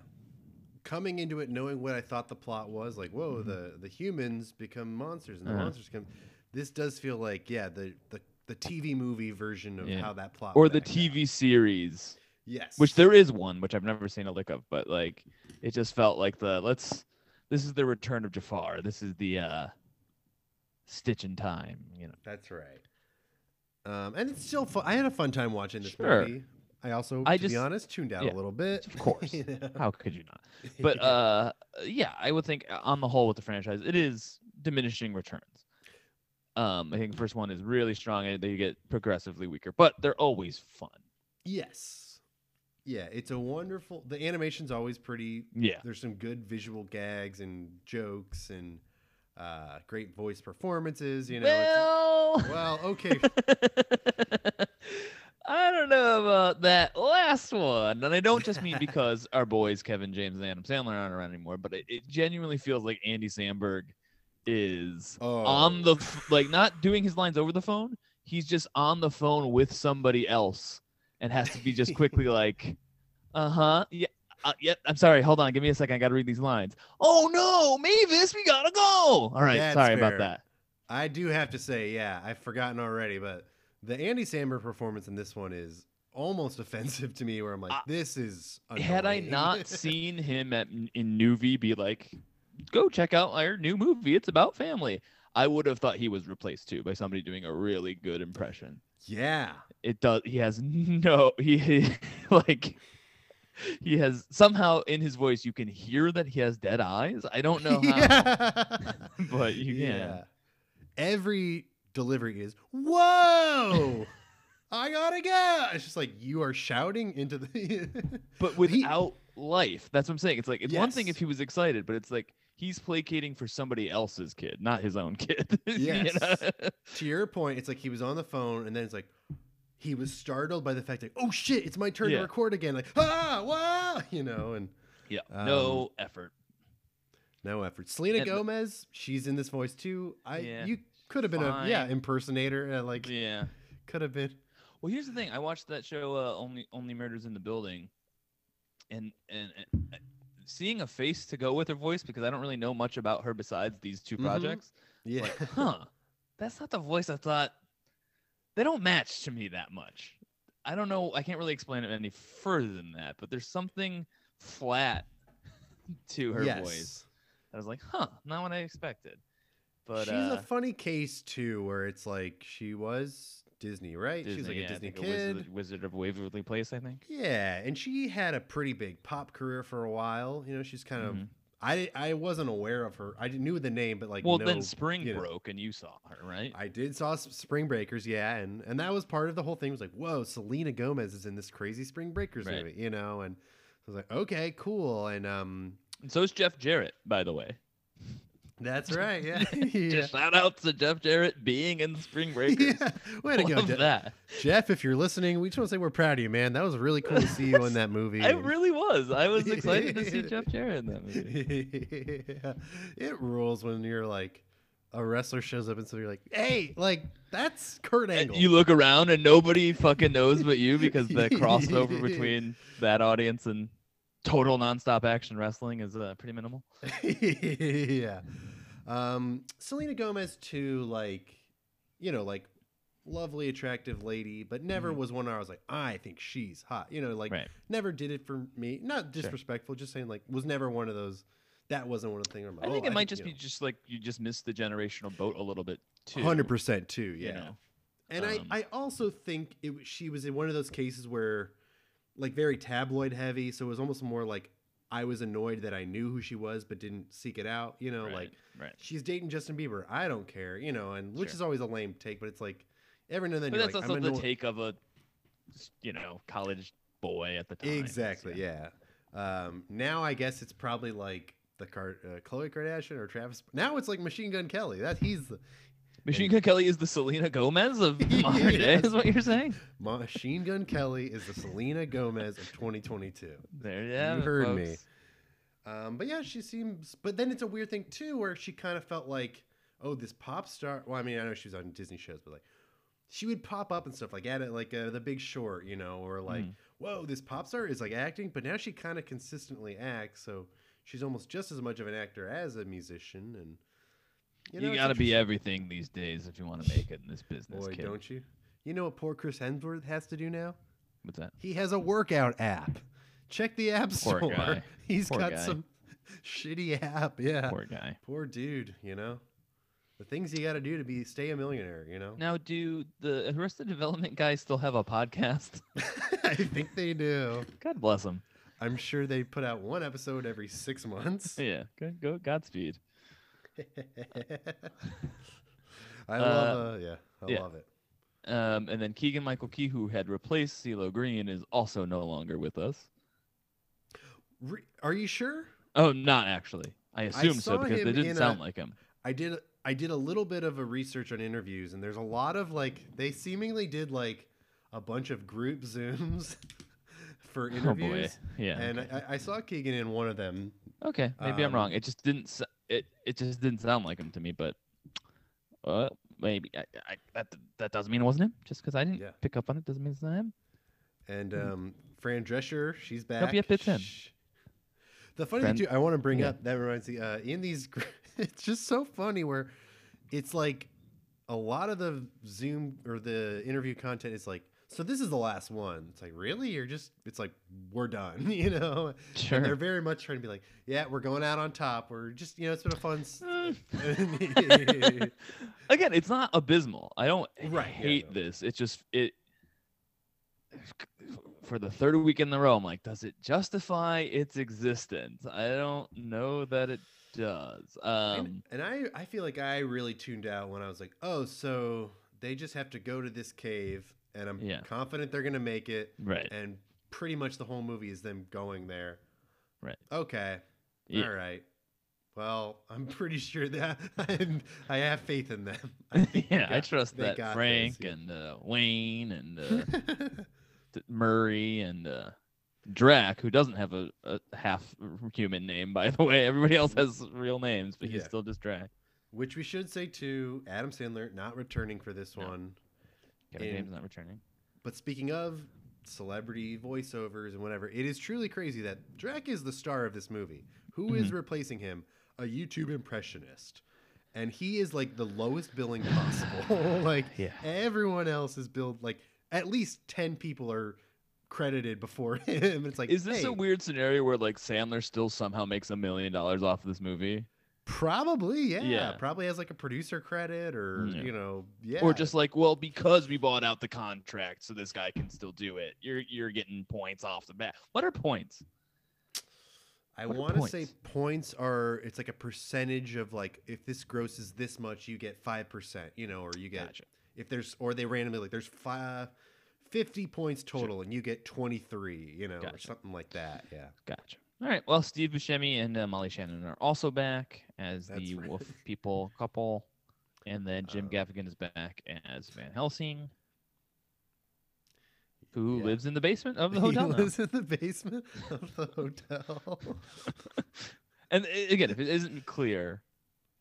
Speaker 1: Coming into it knowing what I thought the plot was, like, whoa, the the humans become monsters and the
Speaker 2: Mm-hmm. Uh-huh.
Speaker 1: monsters come. This does feel like, yeah, the the, the TV movie version of
Speaker 2: Yeah.
Speaker 1: how that plot
Speaker 2: or the
Speaker 1: backed out.
Speaker 2: TV series,
Speaker 1: Yes.
Speaker 2: which there is one, which I've never seen a lick of, but like it just felt like the let's this is the return of Jafar. This is the uh stitch in time, you know.
Speaker 1: That's right. Um, and it's still fun. I had a fun time watching this
Speaker 2: Sure.
Speaker 1: movie. I also,
Speaker 2: I
Speaker 1: to be
Speaker 2: just-
Speaker 1: honest, tuned out a
Speaker 2: yeah,
Speaker 1: little bit.
Speaker 2: of course.
Speaker 1: You know?
Speaker 2: How could you not? But uh yeah, I would think uh, on the whole with the franchise, it is diminishing returns. Um, I think the first one is really strong and they get progressively weaker, but they're always fun.
Speaker 1: yes, yeah, it's a wonderful. The animation's always pretty.
Speaker 2: Yeah.
Speaker 1: There's some good visual gags and jokes and uh, great voice performances. You know. it's-
Speaker 2: well,
Speaker 1: well, okay.
Speaker 2: I don't know about that last one, and I don't just mean because our boys Kevin James and Adam Sandler aren't around anymore, but it, it genuinely feels like Andy Samberg is
Speaker 1: Oh,
Speaker 2: on the f- like not doing his lines over the phone. He's just on the phone with somebody else and has to be just quickly like, uh huh, yeah. Uh, yeah, I'm sorry. Hold on. Give me a second. I got to read these lines. Oh no, Mavis, we gotta go. All right,
Speaker 1: That's
Speaker 2: sorry
Speaker 1: fair.
Speaker 2: about that.
Speaker 1: I do have to say, yeah, I've forgotten already, but the Andy Samberg performance in this one is almost offensive to me. Where I'm like,
Speaker 2: Uh,
Speaker 1: this is.
Speaker 2: had I
Speaker 1: annoying.
Speaker 2: not seen him at in Nuvi be like, go check out our new movie. It's about family. I would have thought he was replaced too by somebody doing a really good impression.
Speaker 1: yeah.
Speaker 2: It does. He has no. He, he- like. He has somehow in his voice you can hear that he has dead eyes. I don't know how, but you can.
Speaker 1: Every delivery is whoa. I gotta go. It's just like you are shouting into the.
Speaker 2: But
Speaker 1: He-
Speaker 2: without life, that's what I'm saying. It's like it's one thing
Speaker 1: Yes.
Speaker 2: if he was excited, but it's like he's placating for somebody else's kid, not his own kid. You know?
Speaker 1: Yes. to your point, it's like he was on the phone, and then it's like he was startled by the fact that oh shit, it's my turn
Speaker 2: Yeah.
Speaker 1: to record again. Like ah, wow, you know, and
Speaker 2: Yeah.
Speaker 1: Um,
Speaker 2: no effort.
Speaker 1: no effort. Selena
Speaker 2: And the-
Speaker 1: Gomez, she's in this voice too. I
Speaker 2: Yeah,
Speaker 1: you could have been a yeah
Speaker 2: fine.
Speaker 1: impersonator, uh, like
Speaker 2: Yeah.
Speaker 1: could have been.
Speaker 2: Well, here's the thing. I watched that show uh, only only murders in the building, and and, and uh, seeing a face to go with her voice because I don't really know much about her besides these 2
Speaker 1: Mhm.
Speaker 2: projects.
Speaker 1: Yeah,
Speaker 2: Like, huh? That's not the voice I thought. They don't match to me that much. I don't know. I can't really explain it any further than that. But there's something flat to her
Speaker 1: yes.
Speaker 2: voice. I was like, huh? Not what I expected. But
Speaker 1: she's
Speaker 2: uh,
Speaker 1: a funny case too, where it's like she was Disney, right? she was like
Speaker 2: Disney,
Speaker 1: a
Speaker 2: yeah, I
Speaker 1: Disney
Speaker 2: think Wizard-
Speaker 1: kid.
Speaker 2: Wizard, of Waverly Place, I think.
Speaker 1: Yeah, and she had a pretty big pop career for a while. You know, she's kind of
Speaker 2: Mhm.
Speaker 1: I di- I wasn't aware of her. I didn't- knew the name, but like
Speaker 2: well,
Speaker 1: no,
Speaker 2: then Spring
Speaker 1: you know.
Speaker 2: broke, and you saw her, right?
Speaker 1: I did saw S- Spring Breakers, yeah, and and that was part of the whole thing. Was like, whoa, Selena Gomez is in this crazy Spring Breakers
Speaker 2: Right.
Speaker 1: movie, you know, and I was like, okay, cool, and um,
Speaker 2: And so is Jeff Jarrett, by the way.
Speaker 1: that's right, yeah, yeah.
Speaker 2: Just shout out to Jeff Jarrett being in Spring Breakers.
Speaker 1: yeah. Way to go,
Speaker 2: Love
Speaker 1: Je-
Speaker 2: that.
Speaker 1: Jeff. If you're listening, we just want to say we're proud of you, man. That was really cool to see you in that movie.
Speaker 2: I
Speaker 1: and-
Speaker 2: really was. I was excited to see Jeff Jarrett in that movie.
Speaker 1: yeah. It rules when you're like a wrestler shows up and so you're like, hey, like that's Kurt
Speaker 2: And
Speaker 1: Angle.
Speaker 2: you look around and nobody fucking knows but you because the crossover
Speaker 1: Yeah.
Speaker 2: between that audience and total nonstop action wrestling is uh, pretty minimal.
Speaker 1: yeah. Um, Selena Gomez too, like, you know, like lovely, attractive lady, but never
Speaker 2: Mhm.
Speaker 1: was one where I was like, I think she's hot. You know, like
Speaker 2: Right.
Speaker 1: never did it for me. Not disrespectful, just saying like was never one of those. That wasn't one of the things. I'm like,
Speaker 2: I think
Speaker 1: oh,
Speaker 2: it might just
Speaker 1: you
Speaker 2: be just like you just missed the generational boat a little bit too.
Speaker 1: know, 100% too. Yeah.
Speaker 2: You know.
Speaker 1: And
Speaker 2: Um,
Speaker 1: I, I also think it was- she was in one of those cases where, like, very tabloid heavy. So it was almost more like I was annoyed that I knew who she was but didn't seek it out. You know,
Speaker 2: Right,
Speaker 1: like
Speaker 2: right.
Speaker 1: she's dating Justin Bieber. I don't care. You know, and which
Speaker 2: Sure.
Speaker 1: is always a lame take, but it's like every now and then
Speaker 2: But
Speaker 1: you're
Speaker 2: that's
Speaker 1: like,
Speaker 2: also
Speaker 1: I'm
Speaker 2: the
Speaker 1: annoyed.
Speaker 2: take of a, s- you know, college boy at the time. is,
Speaker 1: Exactly. Yeah. Um, now I guess it's probably like the Car- uh, Khloe Kardashian or Travis. Now it's like Machine Gun Kelly. That he's the
Speaker 2: Machine Gun Kelly is the Selena Gomez of
Speaker 1: Yes.
Speaker 2: modern day, is what you're saying?
Speaker 1: Machine Gun Kelly is the Selena Gomez of 2022.
Speaker 2: There you have
Speaker 1: You
Speaker 2: it,
Speaker 1: heard me.
Speaker 2: folks.
Speaker 1: Um, but yeah, she seems. But then it's a weird thing too, where she kind of felt like, oh, this pop star. Well, I mean, I know she was on Disney shows, but like, she would pop up and stuff like at it, like uh, The Big Short, you know, or like,
Speaker 2: Mm.
Speaker 1: whoa, this pop star is like acting. But now she kind of consistently acts, so she's almost just as much of an actor as a musician. And
Speaker 2: You,
Speaker 1: know, it's
Speaker 2: gotta
Speaker 1: interesting.
Speaker 2: be everything these days if you want to make it in this business,
Speaker 1: boy,
Speaker 2: kid.
Speaker 1: don't you? You know what poor Chris Hemsworth has to do now?
Speaker 2: What's that?
Speaker 1: He has a workout app. Check the app
Speaker 2: Poor
Speaker 1: store.
Speaker 2: guy.
Speaker 1: He's
Speaker 2: Poor
Speaker 1: got
Speaker 2: guy.
Speaker 1: some shitty app. Yeah.
Speaker 2: Poor guy.
Speaker 1: Poor dude, you know? The things you got to do to be stay a millionaire, you know?
Speaker 2: Now, do the Arrested Development guys still have a podcast?
Speaker 1: I think they do.
Speaker 2: God bless them.
Speaker 1: I'm sure they put out one episode every 6 months.
Speaker 2: Yeah, go, go Godspeed.
Speaker 1: I love uh, yeah, I
Speaker 2: yeah.
Speaker 1: love it.
Speaker 2: Um, and then Keegan Michael Key, who had replaced CeeLo Green, is also no longer with us.
Speaker 1: Re- are you sure?
Speaker 2: Oh, not actually. I assume
Speaker 1: saw
Speaker 2: so because they
Speaker 1: him
Speaker 2: didn't
Speaker 1: in
Speaker 2: sound
Speaker 1: a-
Speaker 2: like him.
Speaker 1: I did I did a little bit of a research on interviews and there's a lot of like they seemingly did like a bunch of group zooms for
Speaker 2: Oh boy.
Speaker 1: interviews.
Speaker 2: Yeah.
Speaker 1: And I, I saw Keegan in one of them.
Speaker 2: okay, maybe
Speaker 1: um,
Speaker 2: I'm wrong. It just didn't. s- It it just didn't sound like him to me. But uh, maybe I, I, that that doesn't mean it wasn't him. Just because I didn't
Speaker 1: Yeah.
Speaker 2: pick up on it doesn't mean it's not him.
Speaker 1: And
Speaker 2: Hmm.
Speaker 1: um, Fran Drescher, she's back.
Speaker 2: yep, it's him.
Speaker 1: Sh- The funny
Speaker 2: Fran-
Speaker 1: thing too, I want to bring
Speaker 2: yeah.
Speaker 1: up. That reminds me. Uh, in these, gr- it's just so funny where it's like a lot of the Zoom or the interview content is like. So this is the last one. It's like really, you're just. It's like we're done. You know, and they're
Speaker 2: Sure.
Speaker 1: very much trying to be like, yeah, we're going out on top. We're just, you know, it's been a fun. s-
Speaker 2: Uh, Mm. Again, it's not abysmal. I don't
Speaker 1: Right, yeah,
Speaker 2: hate
Speaker 1: no.
Speaker 2: this. It's just it for the third week in a row. I'm like, does it justify its existence? I don't know that it does. Um,
Speaker 1: And, and I, I feel like I really tuned out when I was like, oh, so they just have to go to this cave, and I'm
Speaker 2: Yeah.
Speaker 1: confident they're gonna make it,
Speaker 2: right.
Speaker 1: and pretty much the whole movie is them going there.
Speaker 2: Right.
Speaker 1: Okay.
Speaker 2: Yeah.
Speaker 1: All right. Well, I'm pretty sure that I'm, I have faith in them.
Speaker 2: yeah,
Speaker 1: they
Speaker 2: I
Speaker 1: got-
Speaker 2: trust
Speaker 1: they
Speaker 2: that
Speaker 1: got this,
Speaker 2: Frank
Speaker 1: yeah.
Speaker 2: and uh, Wayne and uh, th- Murray and uh, Drac, who doesn't have a, a half human name, by the way. Everybody else has real names, but he's
Speaker 1: Yeah.
Speaker 2: still just Drac.
Speaker 1: Which we should say too, Adam Sandler not returning for this
Speaker 2: No.
Speaker 1: one.
Speaker 2: Kevin
Speaker 1: And-
Speaker 2: James not returning.
Speaker 1: But speaking of celebrity voiceovers and whatever, it is truly crazy that Drac is the star of this movie. Who
Speaker 2: Mm-hmm.
Speaker 1: is replacing him? A YouTube impressionist. And he is like the lowest billing possible. like
Speaker 2: Yeah.
Speaker 1: everyone else is billed like at least 10 people are credited before him. It's like
Speaker 2: Is this
Speaker 1: hey,
Speaker 2: a weird scenario where like Sandler still somehow makes a million dollars off of this movie,
Speaker 1: probably yeah,
Speaker 2: Yeah.
Speaker 1: probably has like a producer credit or
Speaker 2: Yeah.
Speaker 1: you know, yeah.
Speaker 2: or just like, well, because we bought out the contract, so this guy can still do it? You're you're getting points off the bat. What are points?
Speaker 1: I
Speaker 2: What are
Speaker 1: want to say points
Speaker 2: points?
Speaker 1: are it's like a percentage of like if this grosses this much, you get five percent, you know, or you get
Speaker 2: Gotcha.
Speaker 1: if there's or they randomly like there's five. 50 points total and you get 23 you know or
Speaker 2: Gotcha.
Speaker 1: something like that yeah
Speaker 2: Gotcha. All right. Well, Steve Buscemi and uh, Molly Shannon are also back as
Speaker 1: That's
Speaker 2: the
Speaker 1: right.
Speaker 2: Wolf People couple, and then Jim
Speaker 1: Um,
Speaker 2: Gaffigan is back as Van Helsing, who
Speaker 1: Yeah.
Speaker 2: lives in the basement of the
Speaker 1: he
Speaker 2: hotel. now.
Speaker 1: lives in the basement of the hotel
Speaker 2: and uh, again, if it isn't clear,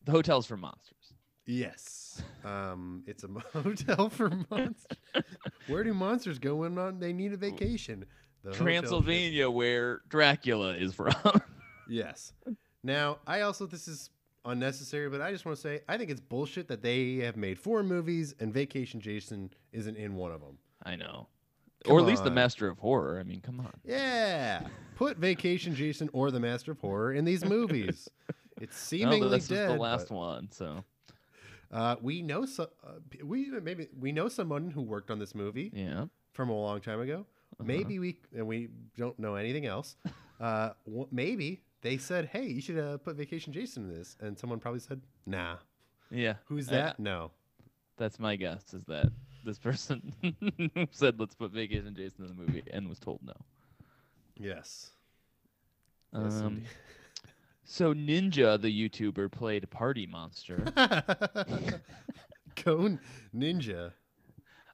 Speaker 2: the hotel's for monsters.
Speaker 1: yes um it's a hotel for monsters where do monsters go when on they need a vacation the hotel is-
Speaker 2: Transylvania, where Dracula is from.
Speaker 1: Yes. Now, I also this is unnecessary, but I just want to say I think it's bullshit that they have made four movies and Vacation Jason isn't in one of them.
Speaker 2: I know.
Speaker 1: Come
Speaker 2: or at least the
Speaker 1: on.
Speaker 2: master of horror. I mean, come on.
Speaker 1: Yeah. Put Vacation Jason or The Master of Horror in these movies. It's
Speaker 2: No,
Speaker 1: seemingly
Speaker 2: this
Speaker 1: dead.
Speaker 2: was the last
Speaker 1: but,
Speaker 2: one, so
Speaker 1: Uh, we know so, uh, p- we maybe we know someone who worked on this movie
Speaker 2: yeah.
Speaker 1: from a long time ago.
Speaker 2: Uh-huh.
Speaker 1: Maybe we and we don't know anything else. Uh, w- maybe they said, "Hey, you should uh, put Vacation Jason in this," and someone probably said, "Nah."
Speaker 2: Yeah.
Speaker 1: Who's
Speaker 2: I-
Speaker 1: that? no.
Speaker 2: That's my guess is that this person said, let's put Vacation Jason in the movie and was told no.
Speaker 1: Yes. Yes,
Speaker 2: Um,
Speaker 1: indeed.
Speaker 2: so Ninja, the YouTuber, played Party Monster.
Speaker 1: Go Ninja.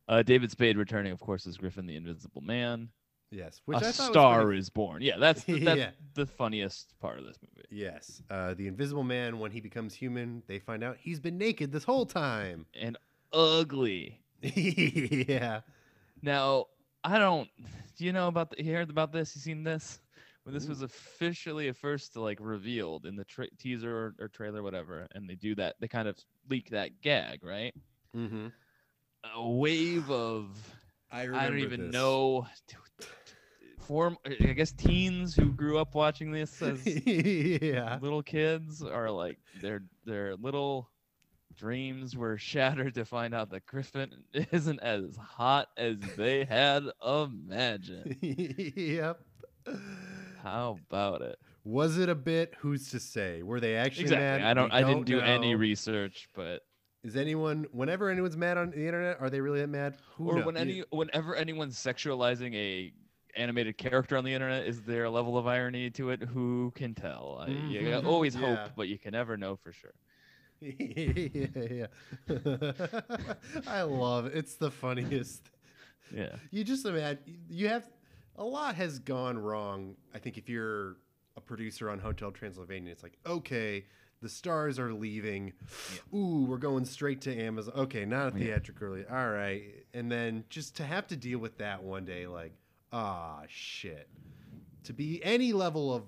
Speaker 2: Uh, David Spade returning, of course, as Griffin the Invisible Man.
Speaker 1: Yes, which
Speaker 2: a
Speaker 1: I thought was
Speaker 2: star
Speaker 1: pretty-
Speaker 2: is born. Yeah, that's the, that's
Speaker 1: Yeah.
Speaker 2: the funniest part of this movie.
Speaker 1: Yes, uh, the Invisible Man. When he becomes human, they find out he's been naked this whole time.
Speaker 2: And ugly.
Speaker 1: yeah,
Speaker 2: Now, I don't. Do you know about? The, you heard about this? You seen this? When this
Speaker 1: Ooh.
Speaker 2: was officially at first like revealed in the tra- teaser or, or trailer, whatever, and they do that, they kind of leak that gag, right?
Speaker 1: mm-hmm.
Speaker 2: A wave of
Speaker 1: I,
Speaker 2: I
Speaker 1: remember
Speaker 2: don't even
Speaker 1: this.
Speaker 2: know. Form, I guess teens who grew up watching this as
Speaker 1: yeah,
Speaker 2: little kids are like their their little dreams were shattered to find out that Griffin isn't as hot as they had imagined.
Speaker 1: yep.
Speaker 2: How about it?
Speaker 1: Was it a bit? Who's to say? Were they actually mad?
Speaker 2: Exactly. I don't.
Speaker 1: We
Speaker 2: I didn't do any
Speaker 1: know.
Speaker 2: research, but
Speaker 1: Is anyone? Whenever anyone's mad on the internet, are they really that mad? Who
Speaker 2: or
Speaker 1: knows?
Speaker 2: when
Speaker 1: Yeah.
Speaker 2: any whenever anyone's sexualizing a animated character on the internet, is there a level of irony to it? Who can tell? I, you
Speaker 1: Mhm.
Speaker 2: always
Speaker 1: Yeah.
Speaker 2: hope, but you can never know for sure.
Speaker 1: yeah, yeah. I love it. It's the funniest.
Speaker 2: Yeah.
Speaker 1: You just imagine you have a lot has gone wrong. I think if you're a producer on Hotel Transylvania, it's like okay, the stars are leaving. Ooh, we're going straight to Amazon. Okay, not a
Speaker 2: Yeah.
Speaker 1: theatrical release. All right, and then just to have to deal with that one day, like ah shit. To be any level of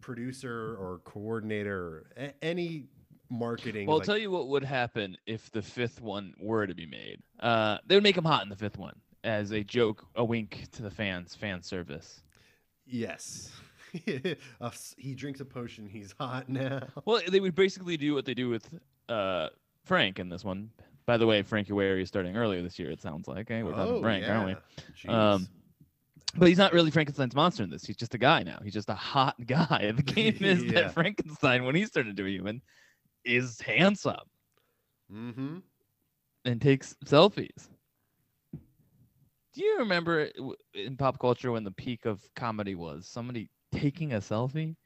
Speaker 1: producer or coordinator, or a- any marketing.
Speaker 2: Well, I'll
Speaker 1: like,
Speaker 2: tell you what would happen if the fifth one were to be made. Uh, they would make him hot in the fifth one as a joke, a wink to the fans, fan service.
Speaker 1: Yes. A s- he drinks a potion. He's hot now.
Speaker 2: Well, they would basically do what they do with uh, Frank in this one. By the way, Frankie Ware is starting earlier this year. It sounds like hey, we're talking Frank, aren't we?
Speaker 1: Oh, yeah.
Speaker 2: Um,
Speaker 1: Jeez.
Speaker 2: But he's not really Frankenstein's monster in this. He's just a guy now. He's just a hot guy. The game is
Speaker 1: Yeah.
Speaker 2: that Frankenstein, when he's turned into a human, is handsome
Speaker 1: mm-hmm.
Speaker 2: and takes selfies. Do you remember it w- in pop culture when the peak of comedy was somebody taking a selfie?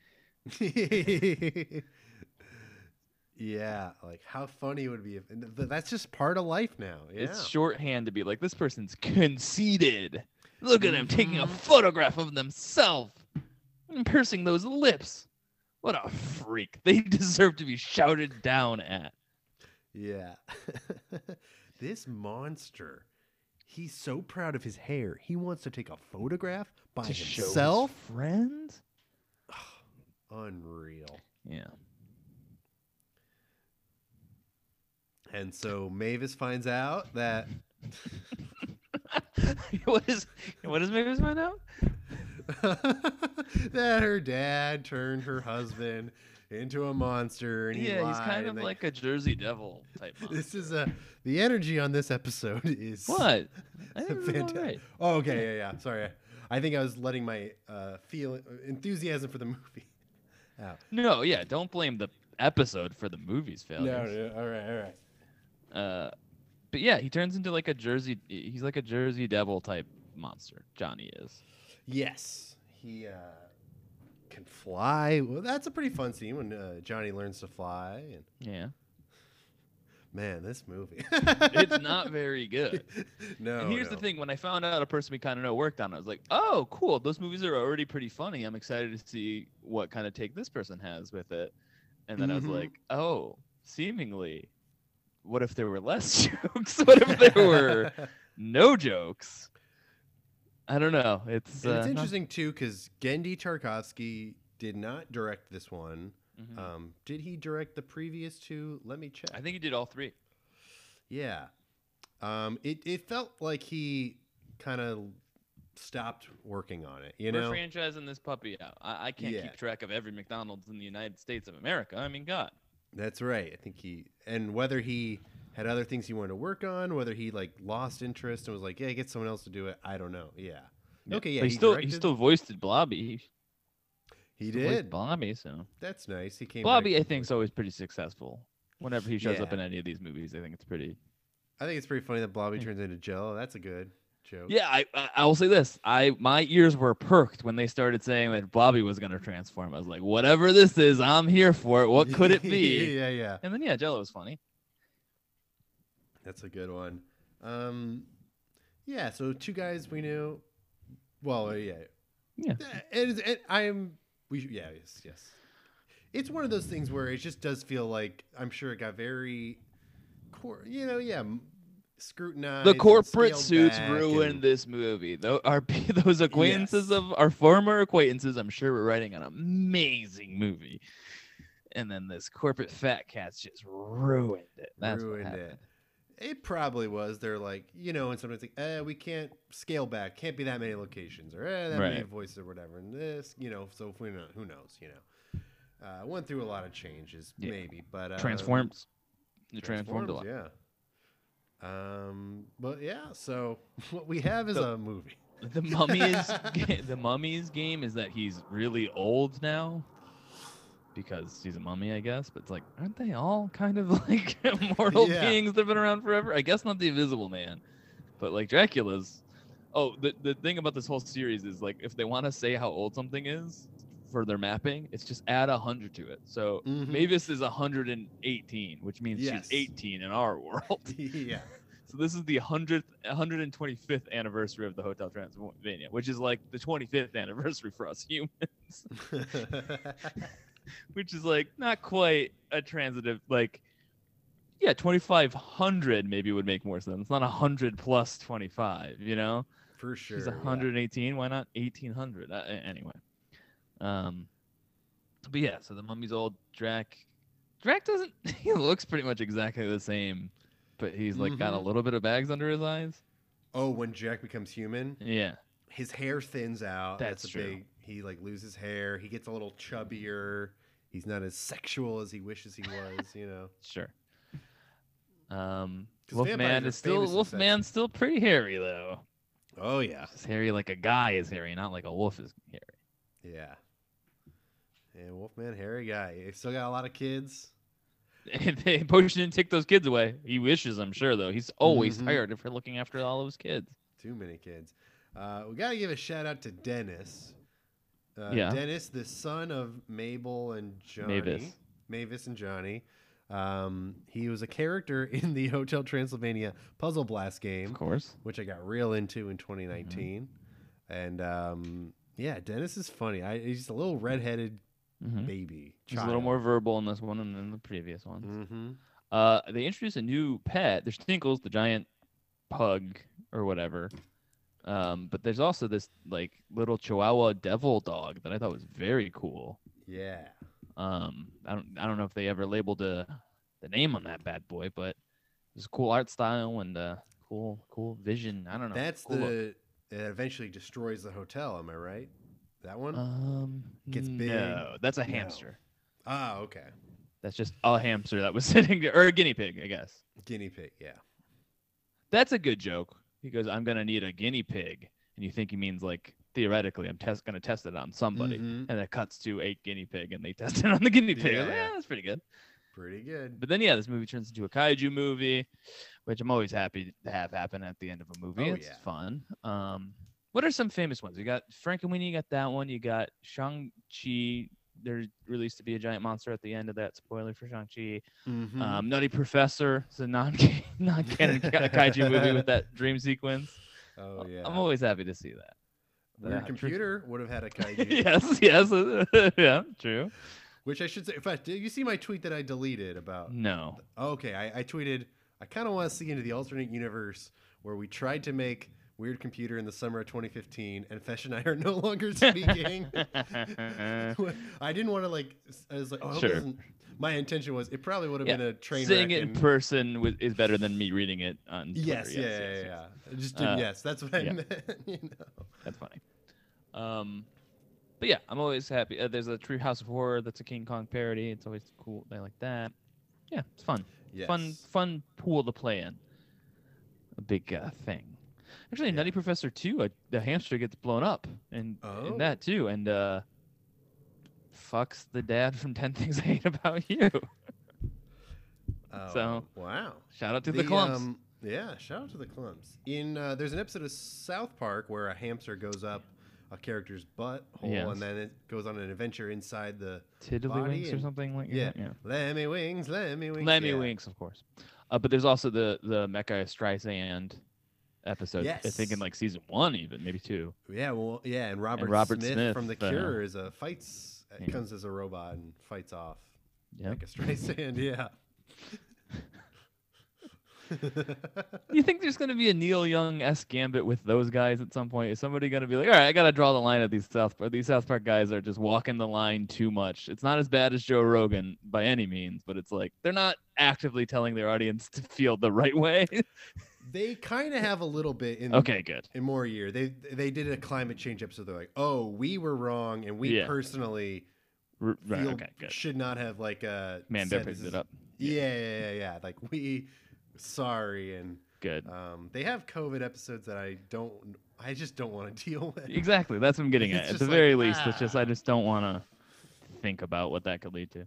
Speaker 1: yeah, like how funny it would be if and th- that's just part of life now. Yeah.
Speaker 2: It's shorthand to be like, this person's conceited. Look at him taking a
Speaker 1: Mhm.
Speaker 2: photograph of themselves and piercing those lips. What a freak. They deserve to be shouted down at.
Speaker 1: yeah. this monster, he's so proud of his hair. He wants to take a photograph by
Speaker 2: to show his
Speaker 1: himself.
Speaker 2: friends?
Speaker 1: Unreal.
Speaker 2: Yeah.
Speaker 1: And so Mavis finds out that
Speaker 2: what is what does Mavis find out?
Speaker 1: that her dad turned her husband into a monster and he
Speaker 2: yeah, he's
Speaker 1: lied
Speaker 2: kind
Speaker 1: and
Speaker 2: of
Speaker 1: they-
Speaker 2: like a Jersey Devil type.
Speaker 1: this is a the energy on this episode is
Speaker 2: What? I think this is all
Speaker 1: fantastic
Speaker 2: right.
Speaker 1: oh okay yeah yeah sorry i think i was letting my uh feel enthusiasm for the movie out
Speaker 2: No, yeah, don't blame the episode for the movie's failures.
Speaker 1: all right all right
Speaker 2: Uh, but yeah, he turns into like a Jersey. He's like a Jersey Devil type monster. Johnny is.
Speaker 1: yes he uh can fly well that's a pretty fun scene when uh, johnny learns to fly and
Speaker 2: Yeah,
Speaker 1: man this movie
Speaker 2: it's not very good.
Speaker 1: no
Speaker 2: and here's
Speaker 1: Oh, no.
Speaker 2: the thing: when I found out a person we kind of know worked on it, I was like, "Oh, cool! Those movies are already pretty funny. I'm excited to see what kind of take this person has with it." And then I
Speaker 1: Mhm.
Speaker 2: was like, "Oh, seemingly, what if there were less jokes? what if there were no jokes?" I don't know. It's
Speaker 1: And
Speaker 2: uh,
Speaker 1: it's
Speaker 2: not-
Speaker 1: interesting too because Gendy Tarkovsky did not direct this one.
Speaker 2: Mhm.
Speaker 1: Um, did he direct the previous two? Let me check.
Speaker 2: I think he did all three.
Speaker 1: yeah. Um, it it felt like he kind of stopped working on it. You
Speaker 2: We're
Speaker 1: know.
Speaker 2: franchising this puppy out. I, I can't
Speaker 1: Yeah.
Speaker 2: keep track of every McDonald's in the United States of America. I mean, God.
Speaker 1: That's right. I think he and whether he had other things he wanted to work on, whether he like lost interest and was like, "Yeah, get someone else to do it." I don't know. Yeah. Okay. Yeah.
Speaker 2: But he, still he
Speaker 1: directed-
Speaker 2: still voiced Blobby.
Speaker 1: he
Speaker 2: still voiced
Speaker 1: did.
Speaker 2: Blobby. So
Speaker 1: That's nice. He came. back
Speaker 2: Blobby, I
Speaker 1: and
Speaker 2: think, is always pretty successful. Whenever he shows up
Speaker 1: Yeah.
Speaker 2: in any of these movies, I think it's pretty.
Speaker 1: I think it's pretty funny that Blobby
Speaker 2: Yeah.
Speaker 1: turns into Jello. That's a good joke.
Speaker 2: Yeah, I I I will say this. I my ears were perked when they started saying that Blobby was gonna transform. I was like, whatever this is, I'm here for it. What could it be?
Speaker 1: yeah, yeah.
Speaker 2: And then yeah, Jello was funny.
Speaker 1: That's a good one. Um, yeah, so two guys we knew. Well, uh, yeah,
Speaker 2: Yeah.
Speaker 1: Uh, It is. It, I'm. We. should- Yeah. Yes. Yes. It's one of those things where it just does feel like I'm sure it got very, cor- you know, yeah, m- scrutinized.
Speaker 2: The
Speaker 1: and
Speaker 2: corporate
Speaker 1: scaled
Speaker 2: suits
Speaker 1: back
Speaker 2: ruined
Speaker 1: and-
Speaker 2: this movie. Though our pe- those acquaintances
Speaker 1: Yes.
Speaker 2: of our former acquaintances, I'm sure, were writing an amazing movie, and then this corporate fat cat's just ruined it. That's what
Speaker 1: ruined it.
Speaker 2: happened.
Speaker 1: It probably was. They're like, you know, and sometimes like, eh, we can't scale back. Can't be that many locations, or eh, that many
Speaker 2: Right.
Speaker 1: voices, or whatever. And this, you know, so if we know, who knows, you know, uh, went through a lot of changes,
Speaker 2: Yeah.
Speaker 1: maybe, but uh,
Speaker 2: Transforms. It transformed a lot.
Speaker 1: Transforms, Yeah. Um, but yeah, so what we have is
Speaker 2: So-
Speaker 1: a movie.
Speaker 2: The mummy's ga- the mummy's game is that he's really old now because he's a mummy, I guess. But it's like, aren't they all kind of like immortal
Speaker 1: Yeah.
Speaker 2: beings that've been around forever? I guess not the Invisible Man, but like Dracula's. Oh, the the thing about this whole series is like if they want to say how old something is for their mapping, it's just add a hundred to it. So
Speaker 1: Mhm.
Speaker 2: Mavis is 118, which means
Speaker 1: Yes.
Speaker 2: she's 18 in our world.
Speaker 1: Mm-hmm. yeah.
Speaker 2: So this is the 100th, 125th anniversary of the Hotel Transylvania, which is like the 25th anniversary for us humans, which is like not quite a transitive like yeah, 2500 maybe would make more sense. Not 100 plus 25, you know?
Speaker 1: For sure.
Speaker 2: She's
Speaker 1: yeah.
Speaker 2: 118, why not 1800? Uh, a- anyway. Um but yeah, so the mummy's old Drac Drac doesn't he looks pretty much exactly the same, but he's like got a
Speaker 1: Mhm.
Speaker 2: little bit of bags under his eyes.
Speaker 1: Oh, when Jack becomes human,
Speaker 2: Yeah.
Speaker 1: his hair thins out.
Speaker 2: That's
Speaker 1: a
Speaker 2: true.
Speaker 1: big he like loses hair. He gets a little chubbier. He's not as sexual as he wishes he was, you know.
Speaker 2: Sure. Um,
Speaker 1: 'Cause vampires
Speaker 2: Wolfman
Speaker 1: are
Speaker 2: is still
Speaker 1: famous in sex.
Speaker 2: Wolfman's still pretty hairy though.
Speaker 1: Oh yeah.
Speaker 2: It's hairy like a guy is hairy, not like a wolf is hairy.
Speaker 1: Yeah. And Wolfman, hairy guy. He still got a lot of kids.
Speaker 2: And they- Potion didn't take those kids away. He wishes, I'm sure though. He's always
Speaker 1: Mhm.
Speaker 2: tired if for looking after all of his kids.
Speaker 1: Too many kids. Uh, we got to give a shout out to Dennis. Uh,
Speaker 2: Yeah.
Speaker 1: Dennis, the son of Mabel and Johnny.
Speaker 2: Mavis.
Speaker 1: Mavis and Johnny. Um, he was a character in the Hotel Transylvania Puzzle Blast
Speaker 2: Of
Speaker 1: game,
Speaker 2: course.
Speaker 1: which I got real into
Speaker 2: Mm-hmm.
Speaker 1: in 2019. And um, yeah, Dennis is funny. I, he's a little redheaded
Speaker 2: Mhm.
Speaker 1: baby.
Speaker 2: Mm-hmm. He's a little more verbal in this one than in the previous one.
Speaker 1: Mm-hmm.
Speaker 2: Uh, they introduced a new pet. There's Tinkles, the giant pug or whatever. Um, but there's also this like little Chihuahua devil dog that I thought was very cool.
Speaker 1: Yeah.
Speaker 2: Um, I don't I don't know if they ever labeled uh the name on that bad boy, but it's a cool art style and uh, cool cool vision. I don't know.
Speaker 1: That's
Speaker 2: cool look.
Speaker 1: the. It eventually destroys the hotel. Am I right? That one?
Speaker 2: um
Speaker 1: gets big.
Speaker 2: No, that's a
Speaker 1: No.
Speaker 2: hamster.
Speaker 1: ah, okay.
Speaker 2: That's just a hamster that was sitting there, or a guinea pig, I guess.
Speaker 1: Guinea pig. Yeah.
Speaker 2: That's a good joke. He goes, "I'm gonna need a guinea pig," and you think he means like theoretically, I'm test gonna test it on somebody,
Speaker 1: Mhm.
Speaker 2: and it cuts to a guinea pig, and they test it on the guinea pig. I was like,
Speaker 1: Yeah.
Speaker 2: "Ah, that's pretty good.
Speaker 1: Pretty good.
Speaker 2: But then yeah, this movie turns into a kaiju movie, which I'm always happy to have happen at the end of a movie.
Speaker 1: Oh,
Speaker 2: it's
Speaker 1: yeah.
Speaker 2: fun. Um, what are some famous ones? You got Frank and Winnie. You got that one. You got Shang Chi. They're released to be a giant monster at the end of that. Spoiler for Shang Chi.
Speaker 1: Mhm.
Speaker 2: Um, Nutty Professor. It's a non non canon kaiju movie with that dream sequence.
Speaker 1: oh yeah.
Speaker 2: I'm always happy to see that.
Speaker 1: Your
Speaker 2: Uh, true-
Speaker 1: computer would have had a kaiju.
Speaker 2: yes. Yes. yeah. True.
Speaker 1: Which I should say. In fact, did you see my tweet that I deleted about?
Speaker 2: No.
Speaker 1: Okay, I, I tweeted. I kind of want to see into the alternate universe where we tried to make Weird Computer in the summer of 2015, and Fesh and I are no longer speaking. I didn't want to like. s- I was like, oh, I hope
Speaker 2: Sure.
Speaker 1: this isn't- my intention was it probably would have
Speaker 2: Yeah,
Speaker 1: been a train
Speaker 2: Seeing
Speaker 1: wreck
Speaker 2: it in
Speaker 1: and-
Speaker 2: person wi- is better than me reading it on. Twitter.
Speaker 1: Yes, yeah, yeah, yeah. I Just did
Speaker 2: Uh,
Speaker 1: yes. That's what I
Speaker 2: yeah.
Speaker 1: meant. You know.
Speaker 2: That's funny. Um, but yeah, I'm always happy. Uh, there's a True House of Horror that's a King Kong parody. It's always cool. They like that. Yeah, it's fun.
Speaker 1: Yes.
Speaker 2: Fun, fun pool to play in. A big uh, thing. Actually, in
Speaker 1: Yeah.
Speaker 2: Nutty Professor 2, uh, the hamster gets blown up and
Speaker 1: Oh.
Speaker 2: in that too, and uh, fucks the dad from 10 Things I Hate About You.
Speaker 1: Oh,
Speaker 2: so-
Speaker 1: wow.
Speaker 2: Shout out to the, clumps.
Speaker 1: um, yeah, shout out to the clumps. In uh, there's an episode of South Park where a hamster goes up a character's butthole
Speaker 2: Yes.
Speaker 1: and then it goes on an adventure inside the
Speaker 2: Tiddlywinks
Speaker 1: body
Speaker 2: or
Speaker 1: and-
Speaker 2: something like
Speaker 1: yeah.
Speaker 2: that. Yeah.
Speaker 1: Lemmy Wings, Lemmy Wings.
Speaker 2: Lemmy
Speaker 1: yeah.
Speaker 2: Winks, of course. Uh, but there's also the the Mecca Streisand episode. I think in
Speaker 1: Yes.
Speaker 2: like season one, even maybe two.
Speaker 1: Yeah, well, yeah, and Robert,
Speaker 2: Robert
Speaker 1: Smith,
Speaker 2: Smith,
Speaker 1: from The
Speaker 2: uh,
Speaker 1: Cure is a fights uh,
Speaker 2: yeah.
Speaker 1: comes as a robot and fights off
Speaker 2: Yeah.
Speaker 1: like a Streisand. Yeah.
Speaker 2: You think there's gonna be a Neil Young s gambit with those guys at some point? Is somebody gonna be like, all right, I gotta draw the line at these South Park. These South Park guys are just walking the line too much. It's not as bad as Joe Rogan by any means, but it's like they're not actively telling their audience to feel the right way.
Speaker 1: they kind of have a little bit in
Speaker 2: okay, good.
Speaker 1: in more year. They they did a climate change episode. They're like, oh, we were wrong, and we
Speaker 2: Yeah.
Speaker 1: personally
Speaker 2: R- right,
Speaker 1: feel
Speaker 2: okay, good.
Speaker 1: should not have like uh
Speaker 2: Man,
Speaker 1: said
Speaker 2: they're
Speaker 1: this
Speaker 2: picking
Speaker 1: is-
Speaker 2: it up.
Speaker 1: Yeah, yeah, yeah, yeah. Like we, sorry, and
Speaker 2: Good.
Speaker 1: um, they have COVID episodes that I don't, I just don't want to deal with.
Speaker 2: Exactly. That's what I'm getting
Speaker 1: It's
Speaker 2: at. At
Speaker 1: just
Speaker 2: the
Speaker 1: like,
Speaker 2: very least, it's just I
Speaker 1: ah.
Speaker 2: just don't want to think about what that could lead to.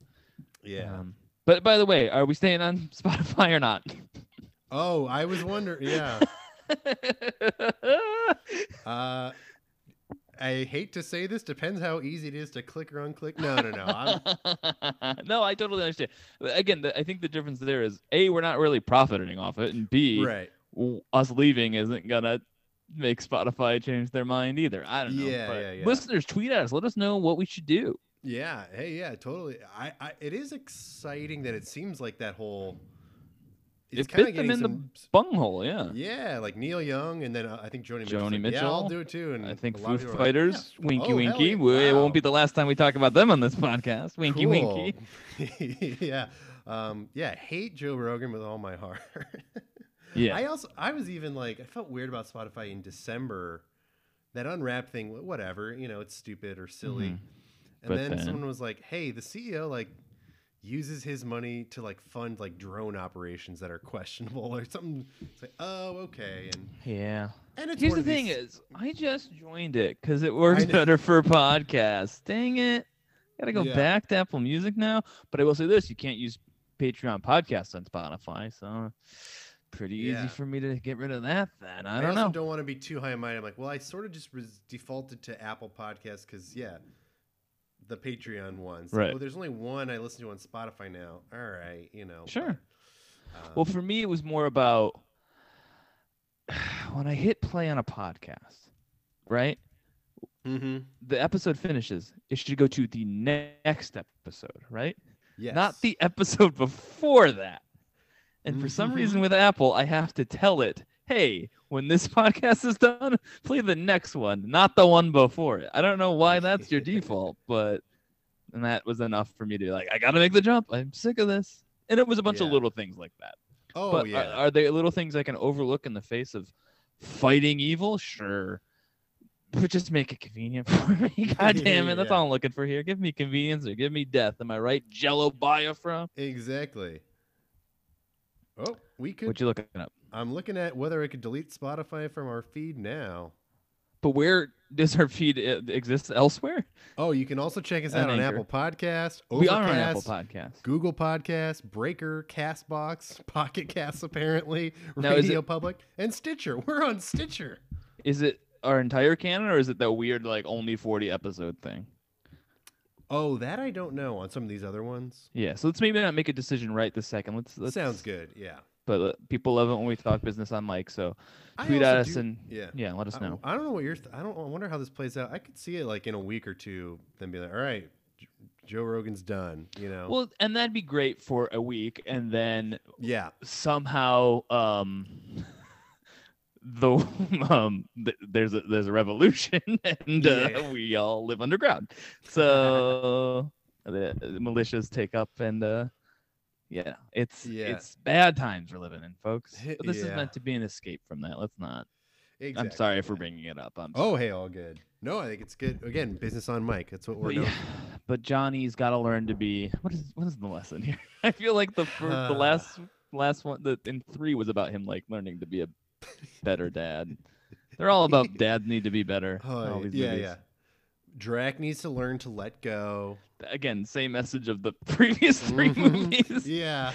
Speaker 1: Yeah.
Speaker 2: Um, but by the way, are we staying on Spotify or not?
Speaker 1: Oh, I was wondering. Yeah. Uh, I hate to say this. Depends how easy it is to click or unclick. No, no, no. I'm,
Speaker 2: no, I totally understand. But Again, the, I think the difference there is a we're not really profiting off it, and b
Speaker 1: right.
Speaker 2: w- us leaving isn't gonna make Spotify change their mind either. I don't know.
Speaker 1: Yeah,
Speaker 2: but
Speaker 1: yeah, yeah.
Speaker 2: Listeners, tweet at us. Let us know what we should do.
Speaker 1: Yeah. Hey. Yeah. Totally. I. I it is exciting that it seems like that whole. It's
Speaker 2: It
Speaker 1: kind of
Speaker 2: bit them
Speaker 1: getting
Speaker 2: in the
Speaker 1: some.
Speaker 2: Bunghole, yeah.
Speaker 1: Yeah, like Neil Young, and then uh, I think Joni Mitchell's
Speaker 2: Joni
Speaker 1: like, Yeah, I'll
Speaker 2: Mitchell.
Speaker 1: do it too. And
Speaker 2: I think
Speaker 1: Mm, a
Speaker 2: Foo
Speaker 1: lot of people are like, "Yeah,
Speaker 2: Fighters, Winky
Speaker 1: Oh, hell
Speaker 2: Winky.
Speaker 1: yeah.
Speaker 2: we- It
Speaker 1: Wow.
Speaker 2: won't be the last time we talk about them on this podcast. Winky Winky.
Speaker 1: Winky. yeah. Um, yeah. Hate Joe Rogan with all my heart.
Speaker 2: Yeah.
Speaker 1: I also I was even like I felt weird about Spotify in December. That unwrapped thing, wh- whatever, you know, it's stupid or silly.
Speaker 2: Mhm.
Speaker 1: And
Speaker 2: But
Speaker 1: then,
Speaker 2: then-
Speaker 1: someone was like, "Hey, the CEO like uses his money to like fund like drone operations that are questionable or something." It's like, "Oh, okay." And
Speaker 2: yeah.
Speaker 1: and it's
Speaker 2: Here's
Speaker 1: one
Speaker 2: the
Speaker 1: of
Speaker 2: thing
Speaker 1: these-
Speaker 2: is, I just joined it because it works
Speaker 1: know.
Speaker 2: better for podcasts. Dang it. Gotta go
Speaker 1: Yeah.
Speaker 2: back to Apple Music now. But I will say this you can't use Patreon podcasts on Spotify. So pretty
Speaker 1: Yeah.
Speaker 2: easy for me to get rid of that then. uh, I
Speaker 1: I,
Speaker 2: don't
Speaker 1: also
Speaker 2: know.
Speaker 1: don't want to be too high and mighty. I'm like, well, I sort of just res- defaulted to Apple Podcasts because, yeah, the Patreon ones. Like,
Speaker 2: Right.
Speaker 1: Oh, there's only one I listen to on Spotify now. All right, you know. but,
Speaker 2: Sure.
Speaker 1: um,
Speaker 2: Well, for me, it was more about when I hit play on a podcast, right?
Speaker 1: mhm.
Speaker 2: the episode finishes, it should go to the ne- next episode, right?
Speaker 1: yes.
Speaker 2: Not the episode before that. And for some
Speaker 1: Mm-hmm.
Speaker 2: reason with Apple, I have to tell it, hey, when this podcast is done, play the next one, not the one before it. I don't know why that's your default, but and that was enough for me to be like, I gotta make the jump. I'm sick of this. And it was a bunch of
Speaker 1: Yeah.
Speaker 2: little things like that.
Speaker 1: Oh,
Speaker 2: but uh,
Speaker 1: yeah.
Speaker 2: are, are there little things I can overlook in the face of fighting evil? Sure. But just make it convenient for me. God damn it. That's
Speaker 1: Yeah.
Speaker 2: all I'm looking for here. Give me convenience or give me death. Am I right? Jello Biafra?
Speaker 1: exactly. Oh, we could.
Speaker 2: What you looking up?
Speaker 1: I'm looking at whether I could delete Spotify from our feed now.
Speaker 2: But where does our feed uh, exist elsewhere?
Speaker 1: Oh, you can also check us out on
Speaker 2: On Anchor.
Speaker 1: Apple Podcast, Overcast,
Speaker 2: We are on Apple Podcast.
Speaker 1: Google Podcasts, Breaker, Castbox, Pocket Casts, apparently,
Speaker 2: Now, is
Speaker 1: Radio Public, and Stitcher. We're on Stitcher.
Speaker 2: Is it our entire canon or is it that weird, like, only 40 episode thing?
Speaker 1: Oh, that I don't know on some of these other ones.
Speaker 2: Yeah. So let's maybe not make a decision right this second. Let's, let's
Speaker 1: Sounds good. Yeah.
Speaker 2: But uh, people love it when we talk business on mic. So
Speaker 1: I
Speaker 2: tweet
Speaker 1: also
Speaker 2: at us
Speaker 1: do-
Speaker 2: and
Speaker 1: yeah.
Speaker 2: yeah, let us know.
Speaker 1: I, I don't know what your th- I don't I wonder how this plays out. I could see it like in a week or two, then be like, all right, J- Joe Rogan's done. You know.
Speaker 2: Well, and that'd be great for a week, and then
Speaker 1: yeah.
Speaker 2: somehow, um, the um, th- there's a there's a revolution, and uh,
Speaker 1: Yeah.
Speaker 2: we all live underground. So the the militias take up, and uh, yeah, it's
Speaker 1: Yeah.
Speaker 2: it's bad times we're living in, folks.
Speaker 1: Hi-
Speaker 2: But this is
Speaker 1: yeah.
Speaker 2: meant to be an escape from that. Let's not.
Speaker 1: Exactly.
Speaker 2: I'm sorry for bringing it up. I'm
Speaker 1: Oh, hey, all good. No, I think it's good. Again, business on mic. That's what we're
Speaker 2: But,
Speaker 1: doing.
Speaker 2: yeah, but Johnny's got to learn to be. What is what is the lesson here? I feel like the fir-
Speaker 1: Uh.
Speaker 2: the last last one the in three was about him like learning to be a better dad. They're all about dads need to be better. all
Speaker 1: Oh,
Speaker 2: these
Speaker 1: yeah,
Speaker 2: movies.
Speaker 1: yeah. Drac needs to learn to let go.
Speaker 2: Again, same message of the previous 3
Speaker 1: Mhm.
Speaker 2: movies.
Speaker 1: yeah.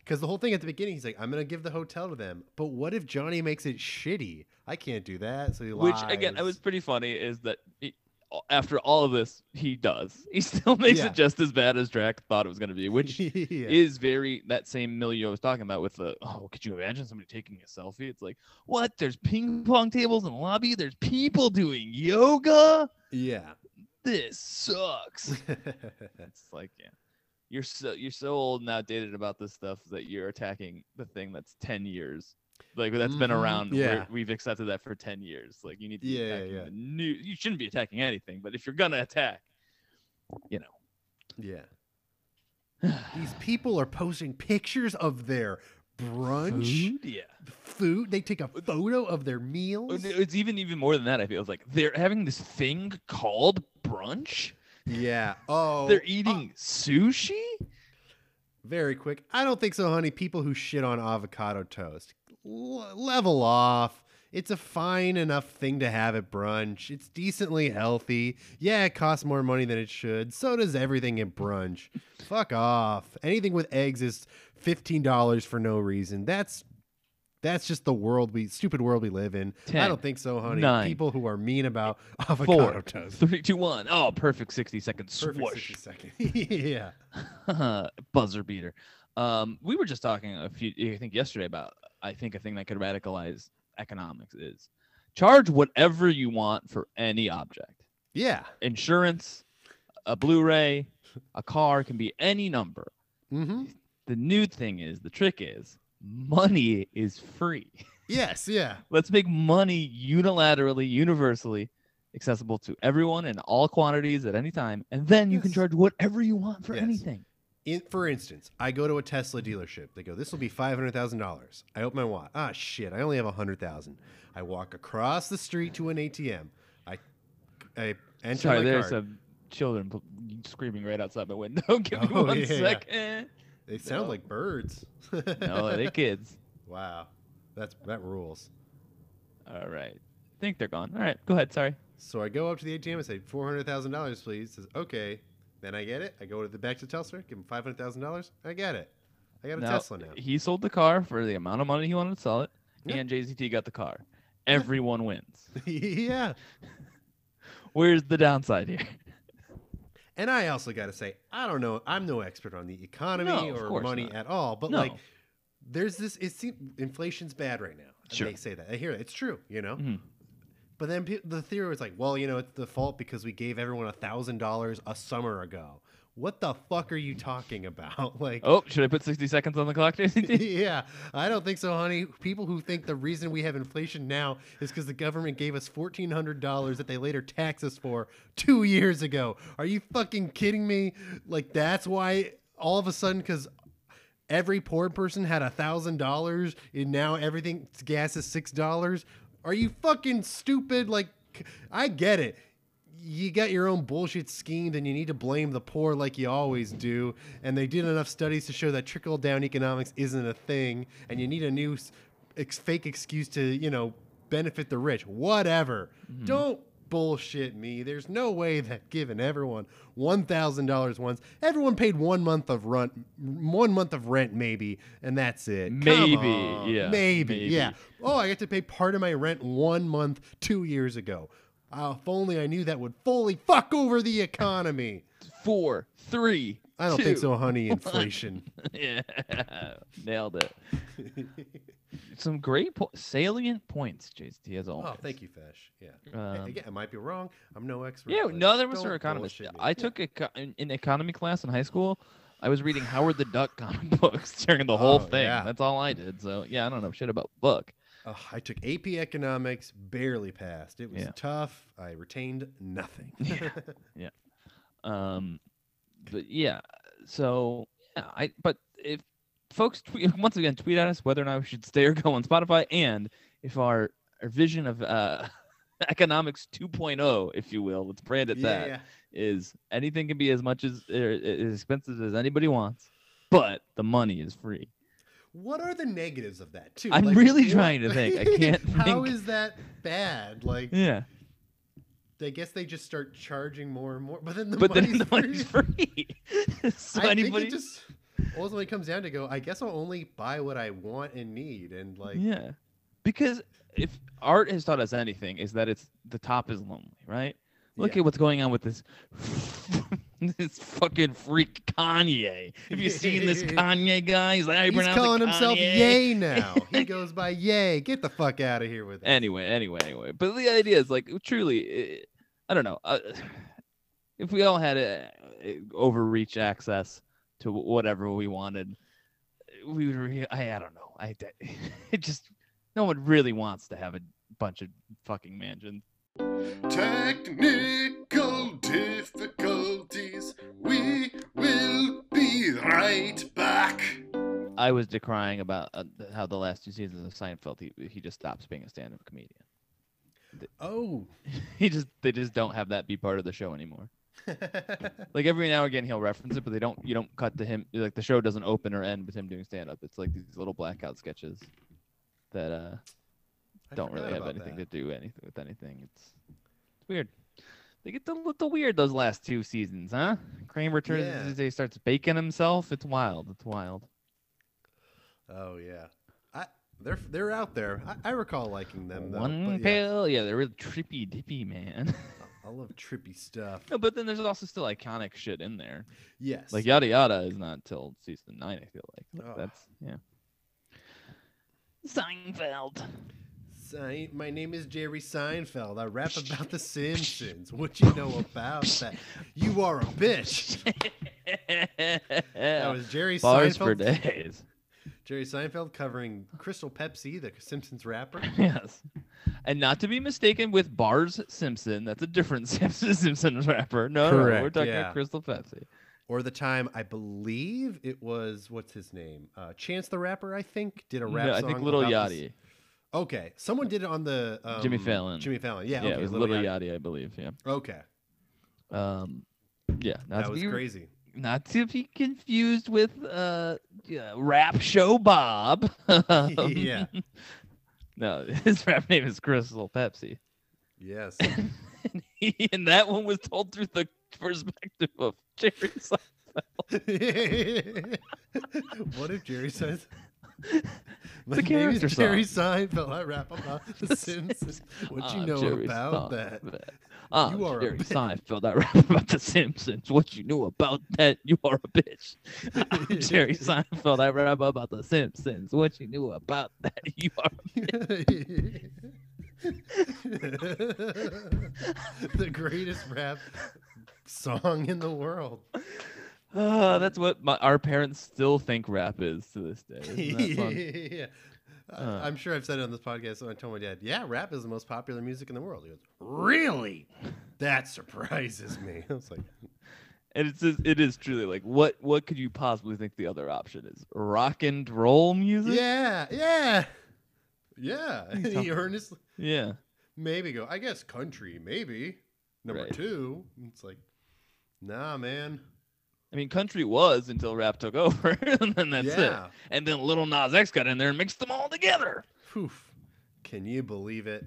Speaker 1: Because the whole thing at the beginning, he's like, I'm going to give the hotel to them. But what if Johnny makes it shitty? I can't do that. So he
Speaker 2: Which again, I
Speaker 1: lies.
Speaker 2: was pretty funny. Is that it, after all of this, he does. He still makes
Speaker 1: Yeah.
Speaker 2: it just as bad as Drac thought it was going to be, which
Speaker 1: yeah.
Speaker 2: is very that same milieu I was talking about with the oh, could you imagine somebody taking a selfie? It's like, what? There's ping pong tables in the lobby, there's people doing yoga.
Speaker 1: yeah.
Speaker 2: This sucks. it's like, yeah. You're so you're so old and outdated about this stuff that you're attacking the thing that's ten years. Like that's been
Speaker 1: Mhm,
Speaker 2: around.
Speaker 1: yeah.
Speaker 2: we're- We've accepted that for ten years. Like you need to be
Speaker 1: Yeah, yeah,
Speaker 2: attacking
Speaker 1: yeah.
Speaker 2: the new you shouldn't be attacking anything, but if you're gonna attack, you
Speaker 1: yeah.
Speaker 2: know
Speaker 1: These people are posting pictures of their brunch
Speaker 2: Food? Yeah.
Speaker 1: food. They take a photo of their meals.
Speaker 2: It's even even more than that. I feel it's like they're having this thing called brunch.
Speaker 1: Yeah. Oh,
Speaker 2: They're eating sushi.
Speaker 1: very quick. I don't think so, honey. People who shit on avocado toast, L- level off. It's a fine enough thing to have at brunch. It's decently healthy. Yeah, it costs more money than it should. So does everything at brunch. Fuck off. Anything with eggs is fifteen dollars for no reason. That's that's just the world we stupid world we live in. I
Speaker 2: Ten,
Speaker 1: don't think so, honey.
Speaker 2: nine,
Speaker 1: People who are mean about avocado
Speaker 2: Four,
Speaker 1: toast.
Speaker 2: three, two, one. Oh, perfect sixty second
Speaker 1: Perfect
Speaker 2: swoosh.
Speaker 1: 60 second. yeah.
Speaker 2: buzzer beater. Um, we were just talking a few, I think yesterday about, I think a thing that could radicalize economics is charge whatever you want for any object.
Speaker 1: Yeah.
Speaker 2: Insurance, a Blu-ray, a car can be any number.
Speaker 1: Mm-hmm.
Speaker 2: The new thing is, the trick is, money is free.
Speaker 1: Yes. Yeah.
Speaker 2: Let's make money unilaterally, universally accessible to everyone in all quantities at any time, and then you can
Speaker 1: Yes.
Speaker 2: charge whatever you want for
Speaker 1: Yes.
Speaker 2: anything.
Speaker 1: In, for instance, I go to a Tesla dealership. They go, "This will be five hundred thousand dollars." I open my wallet. Ah, shit! I only have a hundred thousand. I walk across the street to an ATM. I, I enter
Speaker 2: Sorry,
Speaker 1: my
Speaker 2: there's
Speaker 1: card.
Speaker 2: some children pl- screaming right outside my window. Give me
Speaker 1: Oh,
Speaker 2: one
Speaker 1: yeah, yeah.
Speaker 2: second.
Speaker 1: They sound
Speaker 2: No.
Speaker 1: like birds.
Speaker 2: No, they kids.
Speaker 1: wow, that's that rules.
Speaker 2: All right. I think they're gone. All right, go ahead. Sorry.
Speaker 1: So I go up to the ATM and say, four hundred thousand dollars, please. Says, okay. Then I get it. I go to the back to Tesla, give him five hundred thousand dollars. I got it. I got a
Speaker 2: Now,
Speaker 1: Tesla now.
Speaker 2: He sold the car for the amount of money he wanted to sell it,
Speaker 1: Yeah.
Speaker 2: and JZT got the car. Everyone wins.
Speaker 1: yeah.
Speaker 2: Where's the downside here?
Speaker 1: And I also got to say, I don't know. I'm no expert on the economy
Speaker 2: No, of
Speaker 1: or
Speaker 2: course
Speaker 1: money
Speaker 2: not.
Speaker 1: at all, but
Speaker 2: No.
Speaker 1: like, there's this. It seems inflation's bad right now.
Speaker 2: Sure.
Speaker 1: They say that. I hear that. It's true. You know.
Speaker 2: Mhm.
Speaker 1: But then pe- the theory was like, well, you know, it's the fault because we gave everyone a thousand dollars a summer ago. What the fuck are you talking about? Like.
Speaker 2: Oh, should I put 60 seconds on the clock, JZT?
Speaker 1: yeah, I don't think so, honey. People who think the reason we have inflation now is because the government gave us fourteen hundred dollars that they later tax us for two years ago. Are you fucking kidding me? Like that's why all of a sudden, because every poor person had a thousand dollars, and now everything gas is six dollars. Are you fucking stupid? Like, I get it you got your own bullshit scheme, then you need to blame the poor like you always do. And they did enough studies to show that trickle down economics isn't a thing, and you need a new s- ex- fake excuse to, you know, benefit the rich. Whatever.
Speaker 2: Mm-hmm.
Speaker 1: Don't bullshit me. There's no way that giving everyone $1,000 once, everyone paid one month of rent, one month of rent maybe, and that's it. Come
Speaker 2: Maybe,
Speaker 1: on.
Speaker 2: yeah,
Speaker 1: Maybe.
Speaker 2: maybe.
Speaker 1: Yeah. Oh, I got to pay part of my rent one month two years ago. Uh, if only I knew that would fully fuck over the economy.
Speaker 2: Four, three.
Speaker 1: I don't think
Speaker 2: two.
Speaker 1: so, honey. Inflation.
Speaker 2: yeah, nailed it. Some great, po- salient points, JZT, as always.
Speaker 1: oh, thank you, Fesh. Yeah. A-
Speaker 2: Um,
Speaker 1: Again, I might be wrong. I'm no expert.
Speaker 2: Yeah,
Speaker 1: but
Speaker 2: no, there was
Speaker 1: don't
Speaker 2: an economist.
Speaker 1: bullshit me.
Speaker 2: I took eco- in, in economy class in high school. I was reading Howard the Duck comic books during the whole
Speaker 1: Oh,
Speaker 2: thing.
Speaker 1: yeah.
Speaker 2: That's all I did. So yeah, I don't know shit about book.
Speaker 1: Ugh, I took AP Economics, barely passed. It was
Speaker 2: Yeah.
Speaker 1: tough. I retained nothing.
Speaker 2: Yeah. Um, but yeah, so yeah, I but if folks tweet, once again tweet at us whether or not we should stay or go on Spotify, and if our our vision of uh, economics 2.0, if you will, let's brand it that.
Speaker 1: yeah.
Speaker 2: is anything can be as much as er, as expensive as anybody wants, but the money is free.
Speaker 1: What are the negatives of that, too?
Speaker 2: I'm really
Speaker 1: what-
Speaker 2: trying to think. I can't
Speaker 1: How
Speaker 2: think.
Speaker 1: is that bad? Like,
Speaker 2: Yeah,
Speaker 1: I guess they just start charging more and more. But then the
Speaker 2: but
Speaker 1: money's
Speaker 2: then the money's free. so
Speaker 1: I
Speaker 2: anybody,
Speaker 1: think it just ultimately comes down to go. I guess I'll only buy what I want and need, and like
Speaker 2: yeah, because if art has taught us anything, is that it's the top is lonely, right? Look
Speaker 1: Yeah.
Speaker 2: at what's going on with this this fucking freak Kanye. Have you seen this Kanye guy? He's like, "I
Speaker 1: He's
Speaker 2: pronounce it
Speaker 1: calling himself
Speaker 2: Kanye."
Speaker 1: Yay now. He goes by Yay. Get the fuck out of here with it.
Speaker 2: Anyway, anyway, anyway. But the idea is like truly, eh, I don't know. Uh, if we all had uh, eh, overreach access to wh- whatever we wanted, we would. Re- I I don't know. I I- it just no one really wants to have a bunch of fucking mansions.
Speaker 3: Technical difficulties. We will be right back.
Speaker 2: I was decrying about uh, how the last two seasons of Seinfeld, he, he just stops being a stand-up comedian.
Speaker 1: Oh.
Speaker 2: He just they just don't have that be part of the show anymore. Like every now and again he'll reference it, but they don't. You don't cut to him like the show doesn't open or end with him doing stand-up. It's like these little blackout sketches that uh don't really have anything to do anything with anything. It's, it's weird. They get a little weird those last two seasons, huh? Kramer turns
Speaker 1: Yeah.
Speaker 2: he starts baking himself. It's wild. It's wild.
Speaker 1: to. Oh yeah. I they're they're out there. I, I recall liking them though.
Speaker 2: One
Speaker 1: but yeah,
Speaker 2: pill, yeah, they're really trippy dippy, man.
Speaker 1: I love trippy stuff.
Speaker 2: No, but then there's also still iconic shit in there.
Speaker 1: Yes.
Speaker 2: Like Yada Yada is not till season nine, I feel like.
Speaker 1: Ugh.
Speaker 2: That's yeah. Seinfeld.
Speaker 1: Sein- my name is Jerry Seinfeld. I rap about The Simpsons. What you know about that? You are a bitch. That was Jerry
Speaker 2: Bars for
Speaker 1: Seinfeld.
Speaker 2: days.
Speaker 1: Jerry Seinfeld covering Crystal Pepsi, the Simpsons rapper.
Speaker 2: yes. And not to be mistaken with Bars Simpson. That's a different Simpson Simpson rapper. No, no, no, we're
Speaker 1: Correct,
Speaker 2: talking
Speaker 1: yeah.
Speaker 2: about Crystal Pepsi.
Speaker 1: Or the time I believe it was what's his name? Uh, Chance the Rapper, I think, did a rap
Speaker 2: No, I
Speaker 1: song.
Speaker 2: think Little
Speaker 1: about
Speaker 2: Yachty.
Speaker 1: this- Okay, someone did it on the um,
Speaker 2: Jimmy Fallon.
Speaker 1: Jimmy Fallon, yeah.
Speaker 2: yeah,
Speaker 1: okay,
Speaker 2: it was Little
Speaker 1: Yachty.
Speaker 2: Yachty, I believe. Yeah.
Speaker 1: Okay,
Speaker 2: Um, yeah, not
Speaker 1: that
Speaker 2: to
Speaker 1: was
Speaker 2: be
Speaker 1: crazy.
Speaker 2: not to be confused with uh, yeah, rap show Bob. Um,
Speaker 1: yeah.
Speaker 2: No, his rap name is Crystal Pepsi,
Speaker 1: Yes.
Speaker 2: and, he, and that one was told through the perspective of Jerry Seinfeld.
Speaker 1: what if Jerry says? My name is
Speaker 2: character song.
Speaker 1: Jerry Seinfeld. I rap about The
Speaker 2: The
Speaker 1: Simpsons. What you
Speaker 2: I'm
Speaker 1: know
Speaker 2: Ah, Jerry
Speaker 1: about that?
Speaker 2: Seinfeld. I'm
Speaker 1: You are a
Speaker 2: Jerry
Speaker 1: bitch.
Speaker 2: Seinfeld. I rap about The Simpsons. What you know about that? You are a bitch. I'm Jerry Seinfeld. I rap about The Simpsons. What you knew about that? You are
Speaker 1: the greatest rap song in the world.
Speaker 2: Ah, that's what my, our parents still think rap is to this day. Isn't that fun?
Speaker 1: yeah. I-
Speaker 2: Uh.
Speaker 1: I'm sure I've said it on this podcast. So I told my dad, "Yeah, rap is the most popular music in the world." He goes, "Really? That surprises me." I was like,
Speaker 2: and it's just, it is truly like what what could you possibly think the other option is? Rock and roll music?
Speaker 1: "Yeah, yeah, yeah." And he earnestly,
Speaker 2: Yeah.
Speaker 1: maybe go. I guess country, maybe number
Speaker 2: Right.
Speaker 1: two. It's like, nah, man.
Speaker 2: I mean, country was until rap took over, and then that's it.
Speaker 1: yeah.
Speaker 2: And then Little Nas X got in there and mixed them all together.
Speaker 1: Poof. Can you believe it?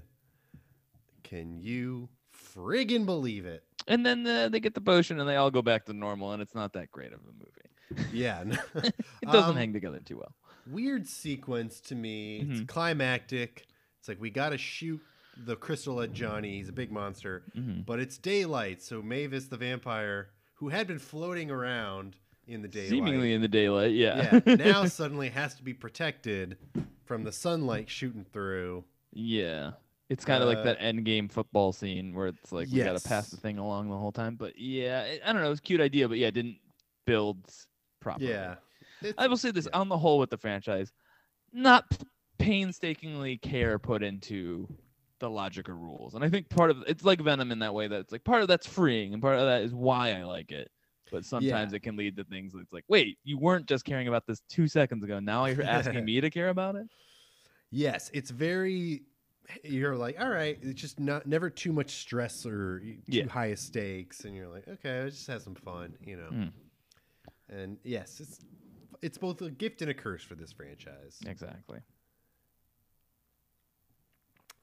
Speaker 1: Can you friggin' believe it?
Speaker 2: And then uh, they get the potion, and they all go back to normal, and it's not that great of a movie.
Speaker 1: Yeah. no.
Speaker 2: It doesn't
Speaker 1: Um,
Speaker 2: hang together too well.
Speaker 1: Weird sequence to me. It's
Speaker 2: Mhm.
Speaker 1: climactic. It's like we gotta shoot the crystal at Johnny. He's a big monster,
Speaker 2: Mhm.
Speaker 1: but it's daylight. So Mavis the vampire, who had been floating around in the daylight,
Speaker 2: Seemingly in the daylight, yeah.
Speaker 1: yeah, now suddenly has to be protected from the sunlight shooting through.
Speaker 2: Yeah. It's kind of
Speaker 1: Uh,
Speaker 2: like that end game football scene where it's like we gotta pass the
Speaker 1: yes.
Speaker 2: thing along the whole time. But yeah, it, I don't know. It was a cute idea, but yeah, it didn't build properly.
Speaker 1: Yeah. It's-
Speaker 2: I will say this
Speaker 1: yeah.
Speaker 2: on the whole with the franchise, not p- painstakingly care put into the logic or rules. And I think part of it's like Venom in that way that it's like part of that's freeing and part of that is why I like it. But sometimes it can lead to things that's like, wait, you weren't just caring about this two seconds ago. Now you're asking me to care about it.
Speaker 1: Yes, it's very. You're like, all right, it's just not never too much stress or y- too
Speaker 2: Yeah.
Speaker 1: high a stakes, and you're like, okay, let's just have some fun, you know.
Speaker 2: Mm.
Speaker 1: And yes, it's it's both a gift and a curse for this franchise.
Speaker 2: Exactly.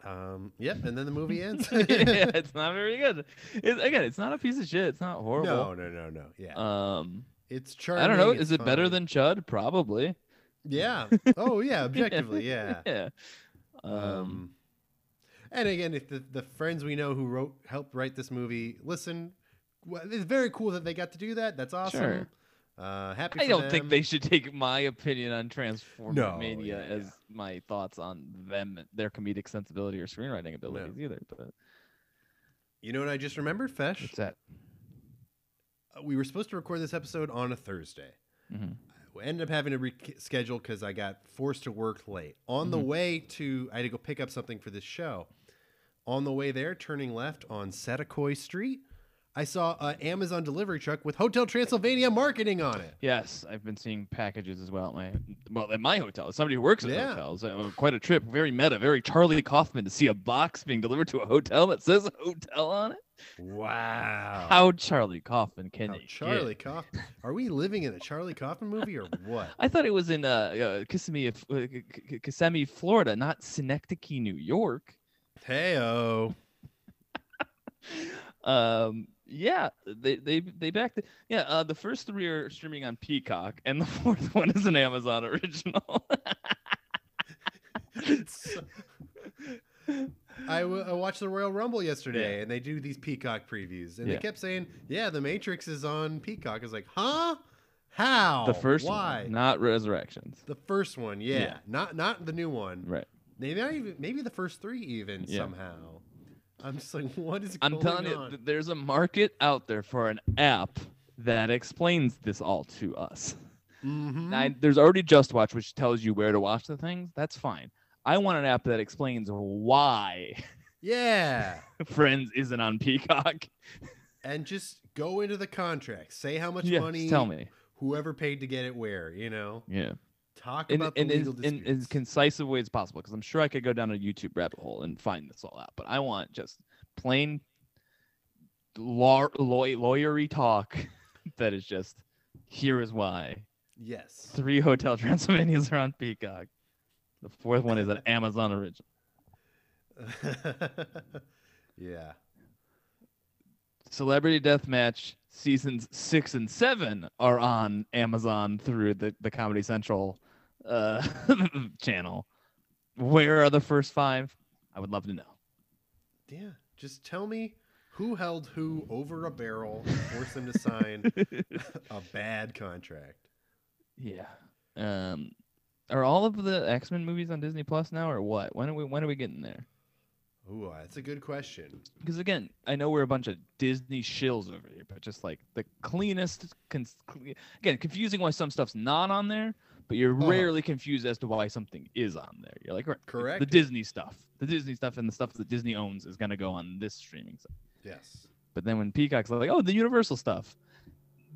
Speaker 1: Um, yep, and then the movie ends.
Speaker 2: yeah, it's not very good. It's, again, it's not a piece of shit. It's not
Speaker 1: no, no,
Speaker 2: horrible.
Speaker 1: no, no. Yeah,
Speaker 2: Um,
Speaker 1: it's charming.
Speaker 2: I don't know.
Speaker 1: it's
Speaker 2: Is it better
Speaker 1: fun.
Speaker 2: than Chud? Probably.
Speaker 1: Yeah. Oh yeah, objectively, yeah.
Speaker 2: Yeah. Um,
Speaker 1: Um, And again, if the, the friends we know who wrote helped write this movie listen, well, it's very cool that they got to do that. That's awesome.
Speaker 2: Sure.
Speaker 1: Uh, happy.
Speaker 2: I
Speaker 1: for
Speaker 2: don't think
Speaker 1: them.
Speaker 2: they should take my opinion on Transformer
Speaker 1: No,
Speaker 2: Mania
Speaker 1: yeah,
Speaker 2: as
Speaker 1: yeah.
Speaker 2: my thoughts on them, their comedic sensibility or screenwriting abilities either. But
Speaker 1: You know what I just remembered, Fesh?
Speaker 2: what's that?
Speaker 1: Uh, We were supposed to record this episode on a Thursday.
Speaker 2: Mhm.
Speaker 1: We ended up having to reschedule because I got forced to work late. On the
Speaker 2: Mhm.
Speaker 1: way to, I had to go pick up something for this show. On the way there, turning left on Setakoi Street, I saw an Amazon delivery truck with Hotel Transylvania marketing on it.
Speaker 2: Yes, I've been seeing packages as well. At my well, at my hotel, as somebody who works at
Speaker 1: Yeah.
Speaker 2: hotels, uh, quite a trip. Very meta, very Charlie Kaufman to see a box being delivered to a hotel that says hotel on it.
Speaker 1: Wow.
Speaker 2: How Charlie Kaufman can
Speaker 1: Oh. How
Speaker 2: it
Speaker 1: Charlie Kaufman. Are we living in a Charlie Kaufman movie or what?
Speaker 2: I thought it was in uh, uh, Kissimmee, uh, F- K- K- Kissimmee, Florida, not Synecdoche, New York.
Speaker 1: Hey, oh.
Speaker 2: um yeah they they they backed it yeah uh the first three are streaming on peacock and the fourth one is an amazon original
Speaker 1: I, w- I watched the Royal Rumble yesterday, and they do these Peacock previews, and
Speaker 2: Yeah.
Speaker 1: they kept saying, "Yeah, The Matrix is on Peacock." I was like, "Huh? How?
Speaker 2: the first
Speaker 1: Oh, Why?
Speaker 2: one not resurrections
Speaker 1: the first one? Yeah.
Speaker 2: Yeah.
Speaker 1: not not the new one.
Speaker 2: right
Speaker 1: Maybe not even maybe the first three even
Speaker 2: Yeah.
Speaker 1: somehow. I'm just like, what is
Speaker 2: i'm
Speaker 1: going
Speaker 2: telling you
Speaker 1: on?
Speaker 2: th- there's a market out there for an app that explains this all to us
Speaker 1: Mhm.
Speaker 2: Now, there's already Just Watch, which tells you where to watch the things. That's fine. I want an app that explains why
Speaker 1: Yeah,
Speaker 2: Friends isn't on Peacock.
Speaker 1: and just go into the contract, say how much
Speaker 2: Yeah,
Speaker 1: money
Speaker 2: tell me.
Speaker 1: whoever paid to get it where, you know.
Speaker 2: Yeah.
Speaker 1: Talk
Speaker 2: in,
Speaker 1: about the
Speaker 2: in, as-
Speaker 1: legal
Speaker 2: in,
Speaker 1: disputes.
Speaker 2: as concise a way as possible because i'm sure i could go down a youtube rabbit hole and find this all out but i want just plain law, law, lawyery talk that is just here is why
Speaker 1: yes.
Speaker 2: three hotel transylvanias are on peacock the fourth one is an amazon original
Speaker 1: yeah.
Speaker 2: celebrity deathmatch seasons six and seven are on amazon through the, the comedy central uh, channel where are the first five i would love to know
Speaker 1: Yeah. Just tell me who held who over a barrel and forced them to sign a bad contract.
Speaker 2: yeah. Um, are all of the X Men movies on Disney Plus now, or what? When are we when are we getting there?
Speaker 1: Ooh, that's a good question.
Speaker 2: Because again, I know we're a bunch of Disney shills over here, but just like the cleanest, cons- cle- again, confusing why some stuff's not on there, but you're
Speaker 1: Uh-huh.
Speaker 2: rarely confused as to why something is on there. You're like, right,
Speaker 1: Correct.
Speaker 2: the Disney stuff, the Disney stuff, and the stuff that Disney owns is gonna go on this streaming site.
Speaker 1: Yes.
Speaker 2: But then when Peacock's like, oh, the Universal stuff,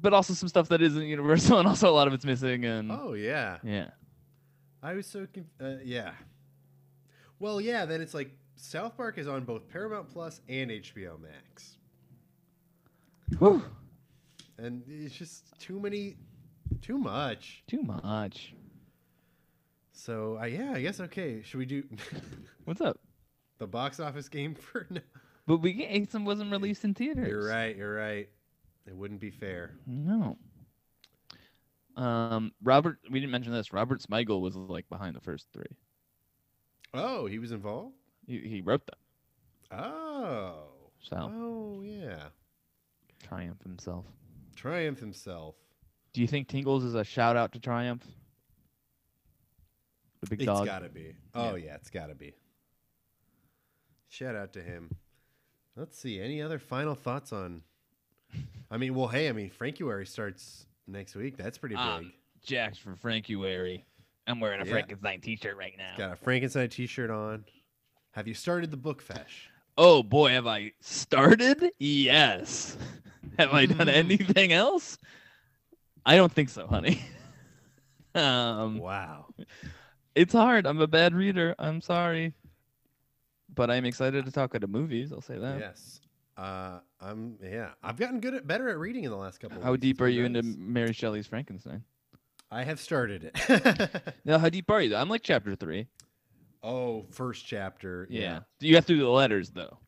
Speaker 2: but also some stuff that isn't Universal, and also a lot of it's missing, and
Speaker 1: Oh yeah.
Speaker 2: yeah.
Speaker 1: I was so conf- uh, yeah. Well, yeah. Then it's like South Park is on both Paramount Plus and HBO Max,
Speaker 2: Whew.
Speaker 1: and it's just too many, too much.
Speaker 2: Too much.
Speaker 1: So uh, yeah, I guess okay. Should we do
Speaker 2: What's up?
Speaker 1: the box office game for now?
Speaker 2: But we can't- Aesop wasn't released in theaters.
Speaker 1: You're right. You're right. It wouldn't be fair.
Speaker 2: No. Um, Robert, we didn't mention this. Robert Smigel was like behind the first three.
Speaker 1: Oh, he was involved.
Speaker 2: He, he wrote them,
Speaker 1: Oh.
Speaker 2: so
Speaker 1: Oh yeah.
Speaker 2: Triumph himself.
Speaker 1: Triumph himself.
Speaker 2: Do you think Tingles is a shout out to Triumph? The big
Speaker 1: It's
Speaker 2: dog.
Speaker 1: gotta be. Oh yeah, it's gotta be. Shout out to him. Let's see. Any other final thoughts on? I mean, well, hey, I mean, Frankuary starts next week. That's pretty big.
Speaker 2: Um, Jack's for Frankuary. I'm wearing a
Speaker 1: Yeah.
Speaker 2: Frankenstein T-shirt right now.
Speaker 1: Got a Frankenstein T-shirt on. Have you started the book fesh?
Speaker 2: Oh boy, have I started? Yes. have I done anything else? I don't think so, honey. um,
Speaker 1: Wow.
Speaker 2: it's hard. I'm a bad reader. I'm sorry. But I'm excited to talk about movies. I'll say that.
Speaker 1: Yes. Uh, I'm. Yeah, I've gotten good at better at reading in the last couple. of
Speaker 2: How
Speaker 1: weeks.
Speaker 2: deep
Speaker 1: It's
Speaker 2: are
Speaker 1: been
Speaker 2: you into
Speaker 1: nice.
Speaker 2: Mary Shelley's Frankenstein?
Speaker 1: I have started it.
Speaker 2: No, how deep are you? I'm like chapter three.
Speaker 1: oh, first chapter.
Speaker 2: You have to do the letters though.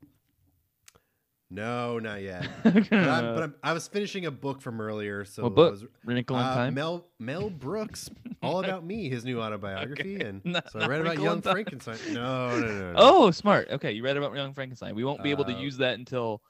Speaker 1: No, not yet. But, I'm, but
Speaker 2: Wrinkle
Speaker 1: I'm, I was finishing a book from earlier, so
Speaker 2: What book?
Speaker 1: I was
Speaker 2: in
Speaker 1: Uh,
Speaker 2: Time.
Speaker 1: Mel Mel Brooks, All About Me, his new autobiography,
Speaker 2: Okay.
Speaker 1: and
Speaker 2: No,
Speaker 1: so I
Speaker 2: not
Speaker 1: read about
Speaker 2: Wrinkle in
Speaker 1: young
Speaker 2: Time.
Speaker 1: Frankenstein. No, no, no. no.
Speaker 2: Oh, smart. Okay, you read about Young Frankenstein. We won't be able to
Speaker 1: Uh,
Speaker 2: use that until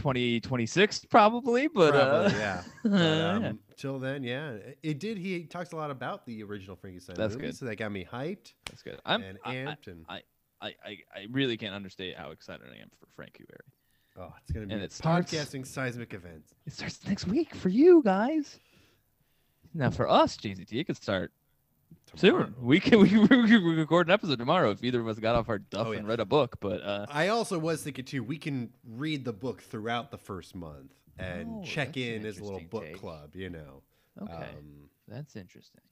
Speaker 2: 2026, probably. But
Speaker 1: Probably,
Speaker 2: uh,
Speaker 1: yeah. But,
Speaker 2: yeah.
Speaker 1: um, Till then, yeah, it- it did. He talks a lot about the original Frankenstein
Speaker 2: That's
Speaker 1: movie,
Speaker 2: good.
Speaker 1: so that got me hyped
Speaker 2: that's good. I'm,
Speaker 1: and
Speaker 2: I, I,
Speaker 1: amped, and
Speaker 2: I, I, I really can't understate how excited I am for Frankie Berry.
Speaker 1: oh, it's gonna be
Speaker 2: and
Speaker 1: a
Speaker 2: it starts-
Speaker 1: podcasting seismic event.
Speaker 2: It starts next week for you guys. Now for us, JZT, it could start
Speaker 1: tomorrow.
Speaker 2: soon. We can we, we could record an episode tomorrow if either of us got off our duff
Speaker 1: Oh, yeah.
Speaker 2: and read a book. But uh,
Speaker 1: I also was thinking too. We can read the book throughout the first month and
Speaker 2: Oh,
Speaker 1: check
Speaker 2: that's an
Speaker 1: in as a little
Speaker 2: interesting
Speaker 1: book
Speaker 2: take.
Speaker 1: club. You know,
Speaker 2: okay,
Speaker 1: um,
Speaker 2: that's interesting.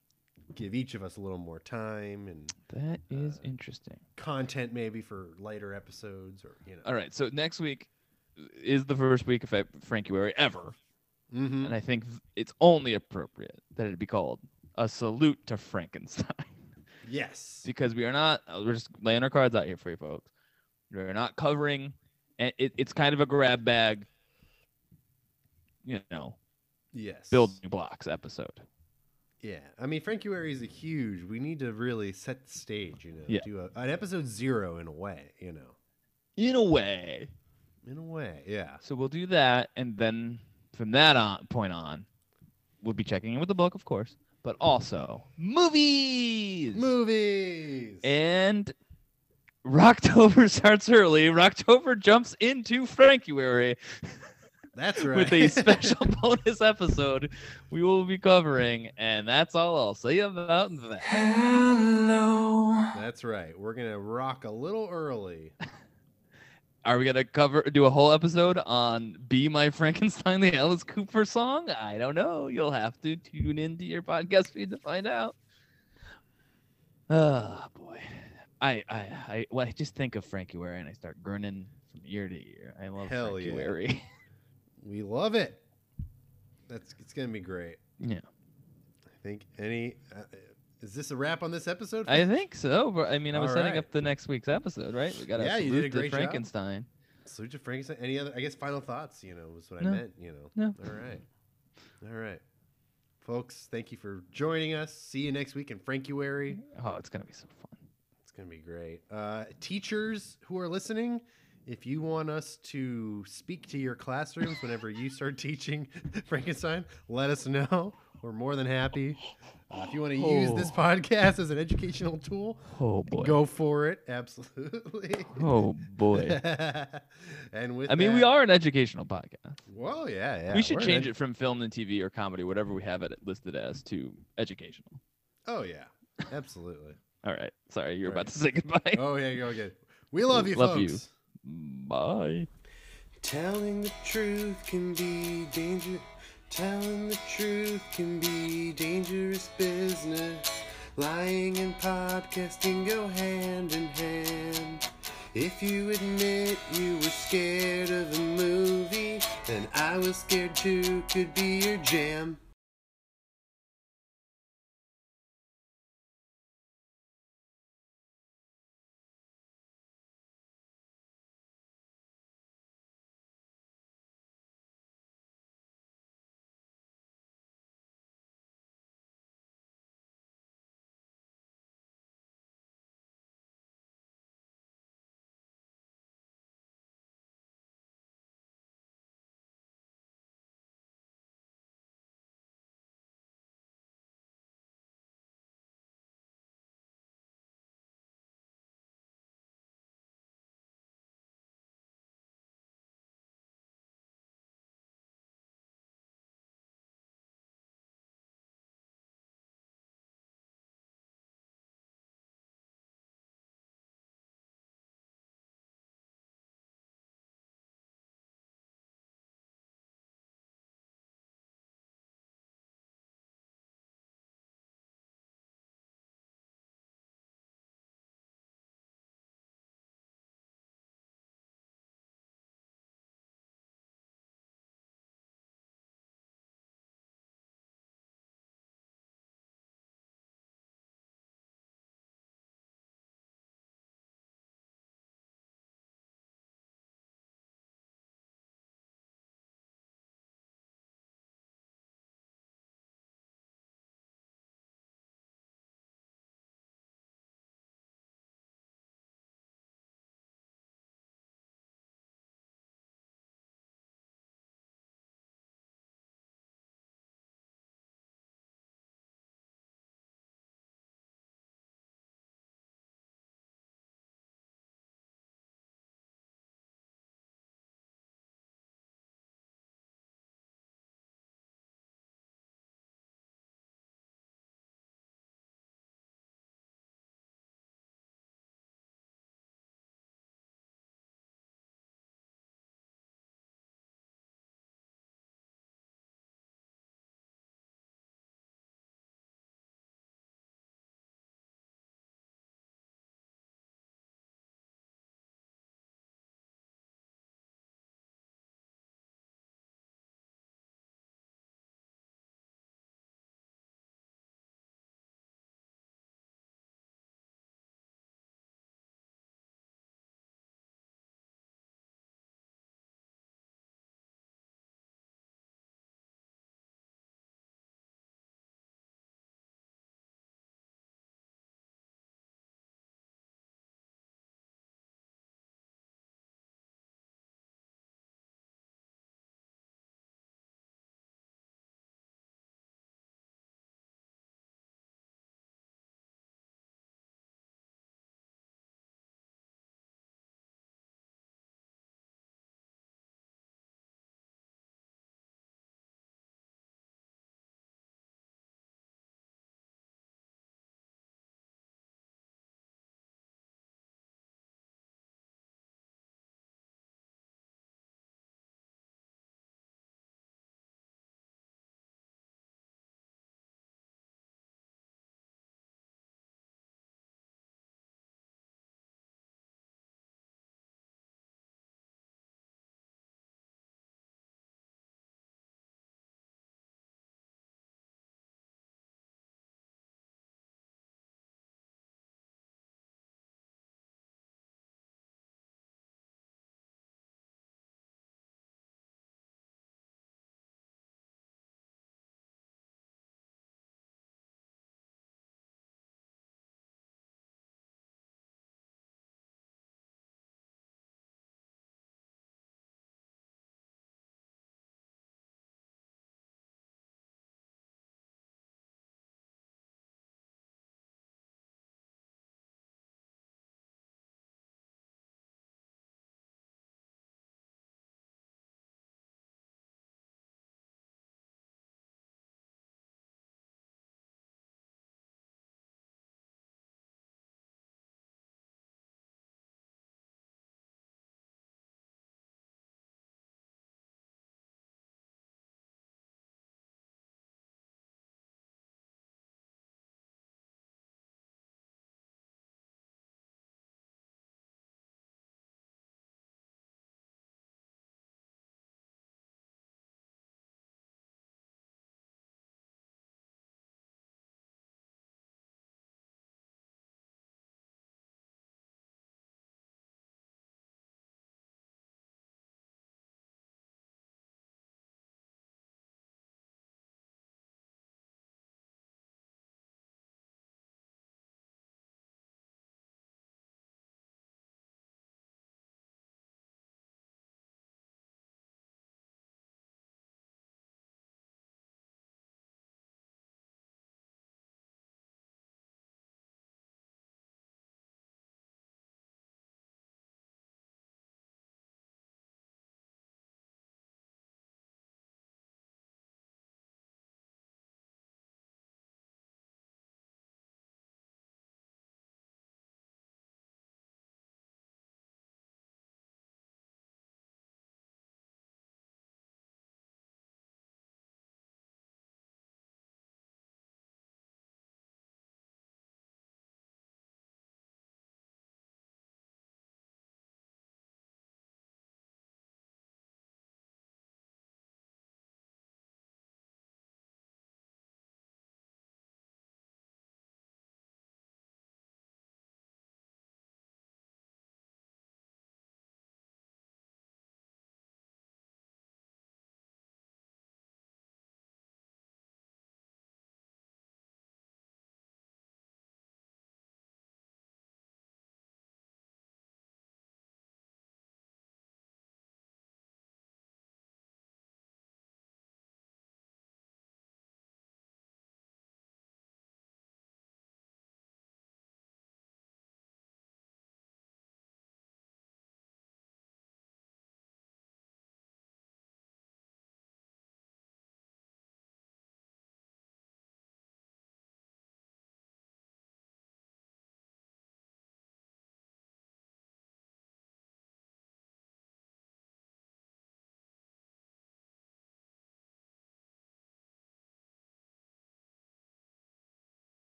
Speaker 1: give each of us a little more time and
Speaker 2: That is
Speaker 1: uh,
Speaker 2: interesting.
Speaker 1: content maybe for later episodes or you know.
Speaker 2: All right, so next week is the first week of Fe- Frankuary ever,
Speaker 1: Mm-hmm.
Speaker 2: and I think th- it's only appropriate that it be called a salute to Frankenstein
Speaker 1: Yes.
Speaker 2: because we are not. uh, We're just laying our cards out here for you folks. We're not covering, and it, it's kind of a grab bag, you know,
Speaker 1: Yes.
Speaker 2: building blocks episode.
Speaker 1: Yeah. I mean, Frankuary is a huge. We need to really set the stage. You know,
Speaker 2: Yeah.
Speaker 1: do a, an episode zero in a way. You know,
Speaker 2: In a way,
Speaker 1: in a way. Yeah.
Speaker 2: So we'll do that, and then from that on point on, we'll be checking in with the book, of course, but also movies
Speaker 1: Movies.
Speaker 2: and Rocktober starts early. Rocktober jumps into Frankuary
Speaker 1: That's right.
Speaker 2: with a special bonus episode we will be covering, and that's all I'll say about that.
Speaker 4: Hello.
Speaker 1: That's right. We're gonna rock a little early.
Speaker 2: Are we gonna cover do a whole episode on "Be My Frankenstein" the Alice Cooper song? I don't know. You'll have to tune into your podcast feed to find out. Oh boy, I I I, well, I just think of Frankie Wary and I start grinning from ear to ear. I love
Speaker 1: Hell
Speaker 2: Frankie
Speaker 1: yeah.
Speaker 2: Wary.
Speaker 1: We love it. That's it's gonna be great.
Speaker 2: Yeah.
Speaker 1: I think any. Uh, is this a wrap on this episode?
Speaker 2: I think so. But I mean, I was
Speaker 1: All
Speaker 2: setting
Speaker 1: right.
Speaker 2: up the next week's episode, right? We got
Speaker 1: Yeah,
Speaker 2: a
Speaker 1: you did
Speaker 2: salute
Speaker 1: a great
Speaker 2: to
Speaker 1: job.
Speaker 2: Frankenstein.
Speaker 1: Salute to Frankenstein. Any other? I guess final thoughts. You know, was what
Speaker 2: No.
Speaker 1: I meant. You know.
Speaker 2: No.
Speaker 1: All right. All right, folks. Thank you for joining us. See you next week in Frankuary.
Speaker 2: Oh, it's gonna be so fun.
Speaker 1: It's gonna be great. Uh, teachers who are listening, if you want us to speak to your classrooms whenever you start teaching Frankenstein, let us know. We're more than happy. Uh, if you want to use this
Speaker 2: Oh.
Speaker 1: podcast as an educational tool,
Speaker 2: Oh boy.
Speaker 1: go for it. Absolutely.
Speaker 2: Oh boy.
Speaker 1: and with
Speaker 2: I mean, we
Speaker 1: that-
Speaker 2: are an educational podcast.
Speaker 1: Well, yeah, yeah.
Speaker 2: we should
Speaker 1: we're an
Speaker 2: change
Speaker 1: ed-
Speaker 2: it from film and TV or comedy, whatever we have it listed as, to educational.
Speaker 1: Oh yeah, absolutely.
Speaker 2: All right. Sorry, you're
Speaker 1: Right.
Speaker 2: about to say goodbye.
Speaker 1: oh yeah, go get. We love you,
Speaker 2: Love you.
Speaker 1: folks.
Speaker 2: Bye.
Speaker 5: Telling the truth can be dangerous. Telling the truth can be dangerous business. Lying and podcasting go hand in hand. If you admit you were scared of a movie, then I was scared too could be your jam.